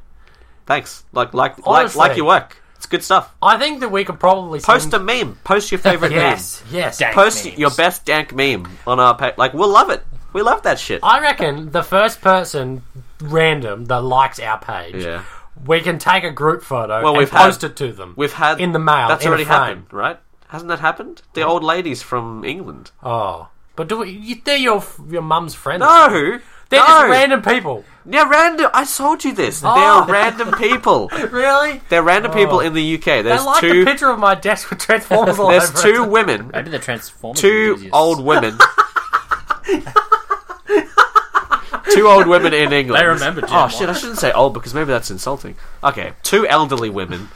[SPEAKER 1] thanks, like, like, like,
[SPEAKER 2] Honestly.
[SPEAKER 1] like your work. It's good stuff."
[SPEAKER 2] I think that we could probably
[SPEAKER 1] Post
[SPEAKER 2] send-
[SPEAKER 1] a meme. Post your favorite meme.
[SPEAKER 2] Yes, yes.
[SPEAKER 3] Dank
[SPEAKER 1] post
[SPEAKER 3] memes.
[SPEAKER 1] your best dank meme on our page. Like, we'll love it. We love that shit.
[SPEAKER 2] I reckon the first person random that likes our page,
[SPEAKER 1] Yeah.
[SPEAKER 2] we can take a group photo
[SPEAKER 1] Well,
[SPEAKER 2] and
[SPEAKER 1] we've
[SPEAKER 2] post
[SPEAKER 1] had-
[SPEAKER 2] it to them.
[SPEAKER 1] We've had
[SPEAKER 2] in the mail.
[SPEAKER 1] That's
[SPEAKER 2] in a
[SPEAKER 1] already
[SPEAKER 2] frame.
[SPEAKER 1] happened, right? Hasn't that happened? The old ladies from England.
[SPEAKER 2] Oh, but do we, you, they're your your mum's friends?
[SPEAKER 1] No,
[SPEAKER 2] they're
[SPEAKER 1] no.
[SPEAKER 2] just random people.
[SPEAKER 1] Yeah, random. I told you this.
[SPEAKER 2] Oh.
[SPEAKER 1] They're random people.
[SPEAKER 2] Really?
[SPEAKER 1] They're random people in the UK.
[SPEAKER 2] They
[SPEAKER 1] There's
[SPEAKER 2] like
[SPEAKER 1] two.
[SPEAKER 2] the picture of my desk with Transformers all
[SPEAKER 1] there's
[SPEAKER 2] over
[SPEAKER 1] two
[SPEAKER 2] it.
[SPEAKER 1] women.
[SPEAKER 3] Maybe the Transformers.
[SPEAKER 1] two
[SPEAKER 3] enthusiasts.
[SPEAKER 1] old women. two old women in England.
[SPEAKER 3] They remember Jim
[SPEAKER 1] Oh shit! I
[SPEAKER 3] Wallace.
[SPEAKER 1] shouldn't say old because maybe that's insulting. Okay, two elderly women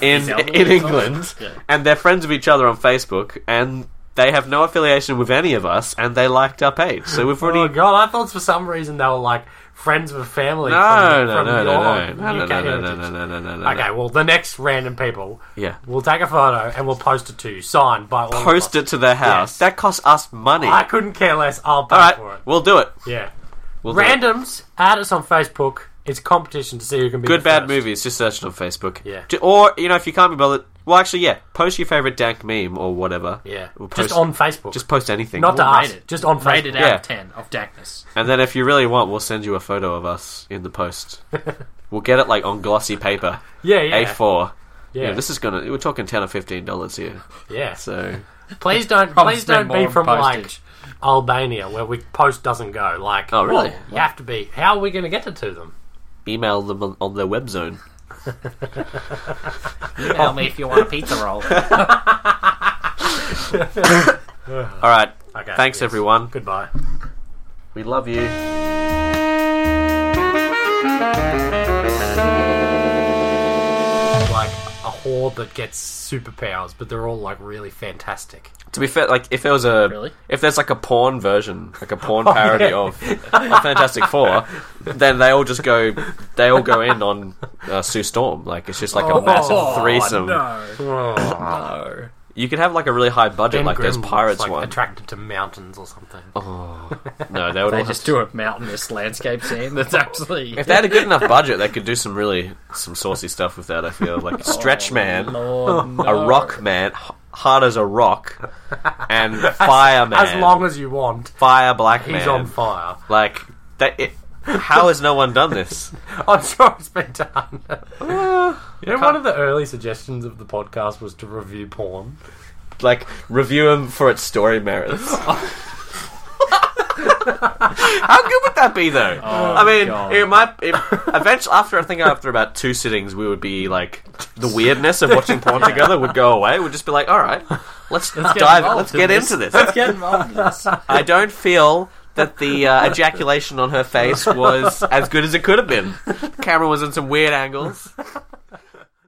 [SPEAKER 1] in
[SPEAKER 3] elderly
[SPEAKER 1] in
[SPEAKER 3] as well.
[SPEAKER 1] England,
[SPEAKER 3] Yeah.
[SPEAKER 1] and they're friends of each other on Facebook, and they have no affiliation with any of us, and they liked our page, so we've
[SPEAKER 2] Oh
[SPEAKER 1] already.
[SPEAKER 2] god, I thought for some reason they were like friends with family.
[SPEAKER 1] no,
[SPEAKER 2] from,
[SPEAKER 1] no,
[SPEAKER 2] from
[SPEAKER 1] no, no, no, no,
[SPEAKER 2] your
[SPEAKER 1] no,
[SPEAKER 2] UK
[SPEAKER 1] no, no, no,
[SPEAKER 2] heritage.
[SPEAKER 1] no, no, no, no, no.
[SPEAKER 2] Okay, well the next random people,
[SPEAKER 1] Yeah.
[SPEAKER 2] we'll take a photo and we'll post it to you, signed by all. of
[SPEAKER 1] Post
[SPEAKER 2] us.
[SPEAKER 1] it to their house.
[SPEAKER 2] Yes.
[SPEAKER 1] That costs us money.
[SPEAKER 2] I couldn't care less. I'll pay
[SPEAKER 1] All
[SPEAKER 2] for
[SPEAKER 1] right,
[SPEAKER 2] it.
[SPEAKER 1] we'll do it.
[SPEAKER 2] Yeah.
[SPEAKER 1] We'll do it.
[SPEAKER 2] Randoms, add us on Facebook. It's a competition to see who can be
[SPEAKER 1] Good
[SPEAKER 2] the
[SPEAKER 1] bad
[SPEAKER 2] first.
[SPEAKER 1] movies. Just search it on Facebook.
[SPEAKER 2] Yeah.
[SPEAKER 1] Ju- Or you know, if you can't be bothered, well, actually, yeah, post your favorite dank meme or whatever.
[SPEAKER 2] Yeah,
[SPEAKER 1] Or post,
[SPEAKER 2] just on Facebook.
[SPEAKER 1] Just post anything.
[SPEAKER 2] not to
[SPEAKER 3] We'll rate
[SPEAKER 2] us,
[SPEAKER 3] it.
[SPEAKER 2] just on Facebook.
[SPEAKER 3] rated out
[SPEAKER 1] Yeah.
[SPEAKER 3] of ten of darkness.
[SPEAKER 1] and then if you really want, we'll send you a photo of us in the post. we'll get it like on glossy paper,
[SPEAKER 2] Yeah, yeah,
[SPEAKER 1] A4.
[SPEAKER 2] yeah.
[SPEAKER 1] You know, this is gonna. We're talking ten or fifteen dollars here.
[SPEAKER 2] yeah.
[SPEAKER 1] So
[SPEAKER 2] please don't,
[SPEAKER 3] Probably
[SPEAKER 2] please
[SPEAKER 3] spend
[SPEAKER 2] don't be
[SPEAKER 3] more on
[SPEAKER 2] from
[SPEAKER 3] postage.
[SPEAKER 2] like Albania where we post doesn't go. Like,
[SPEAKER 1] Oh, really?
[SPEAKER 2] well, You have to be. How are we going to get it to them?
[SPEAKER 1] email them on, on their web zone.
[SPEAKER 3] Email me if you want a pizza roll.
[SPEAKER 1] All right.
[SPEAKER 2] Okay,
[SPEAKER 1] Thanks,
[SPEAKER 2] yes.
[SPEAKER 1] everyone.
[SPEAKER 2] Goodbye.
[SPEAKER 1] We love you.
[SPEAKER 2] Like a horde that gets superpowers, but they're all like really fantastic.
[SPEAKER 1] To be fair, like if there was a
[SPEAKER 3] Really?
[SPEAKER 1] if there's like a porn version, like a
[SPEAKER 2] Oh,
[SPEAKER 1] porn parody of of Fantastic Four, then they all just go they all go in on uh, Sue Storm. Like it's just like
[SPEAKER 2] Oh,
[SPEAKER 1] a massive threesome.
[SPEAKER 3] Oh, No.
[SPEAKER 1] You could have like a really high budget,
[SPEAKER 2] Ben
[SPEAKER 1] Oh, like those
[SPEAKER 2] Grimm was,
[SPEAKER 1] pirates
[SPEAKER 2] like,
[SPEAKER 1] one. Oh,
[SPEAKER 2] attracted to mountains or something.
[SPEAKER 1] no, they would
[SPEAKER 3] They
[SPEAKER 1] all
[SPEAKER 3] just
[SPEAKER 1] just
[SPEAKER 3] do a mountainous landscape scene that's actually.
[SPEAKER 1] If they had a good enough budget, they could do some really some saucy stuff with that. I feel like
[SPEAKER 2] Oh,
[SPEAKER 1] Stretch Man,
[SPEAKER 3] Lord, no.
[SPEAKER 1] a Rock Man, h- hard as a rock, and Fire Man.
[SPEAKER 2] As long as you want,
[SPEAKER 1] Fire Black
[SPEAKER 2] he's
[SPEAKER 1] Man.
[SPEAKER 2] on fire.
[SPEAKER 1] Like that. It, how has no one done this?
[SPEAKER 2] I'm sure it's been done.
[SPEAKER 1] Uh,
[SPEAKER 2] you know, one of the early suggestions of the podcast was to review porn.
[SPEAKER 1] Like review him for its story merits. how good would that be, though? I mean,
[SPEAKER 3] Oh, God.
[SPEAKER 1] it might. It, eventually, after I think after about two sittings, we would be like the weirdness of watching porn together would go away. We'd just be like, all right, let's,
[SPEAKER 3] get
[SPEAKER 1] dive.
[SPEAKER 3] involved
[SPEAKER 1] Let's
[SPEAKER 3] in
[SPEAKER 1] get
[SPEAKER 3] this.
[SPEAKER 1] into this.
[SPEAKER 3] Let's get involved in this.
[SPEAKER 1] I don't feel that the uh, ejaculation on her face was as good as it could have been. Camera was in some weird angles.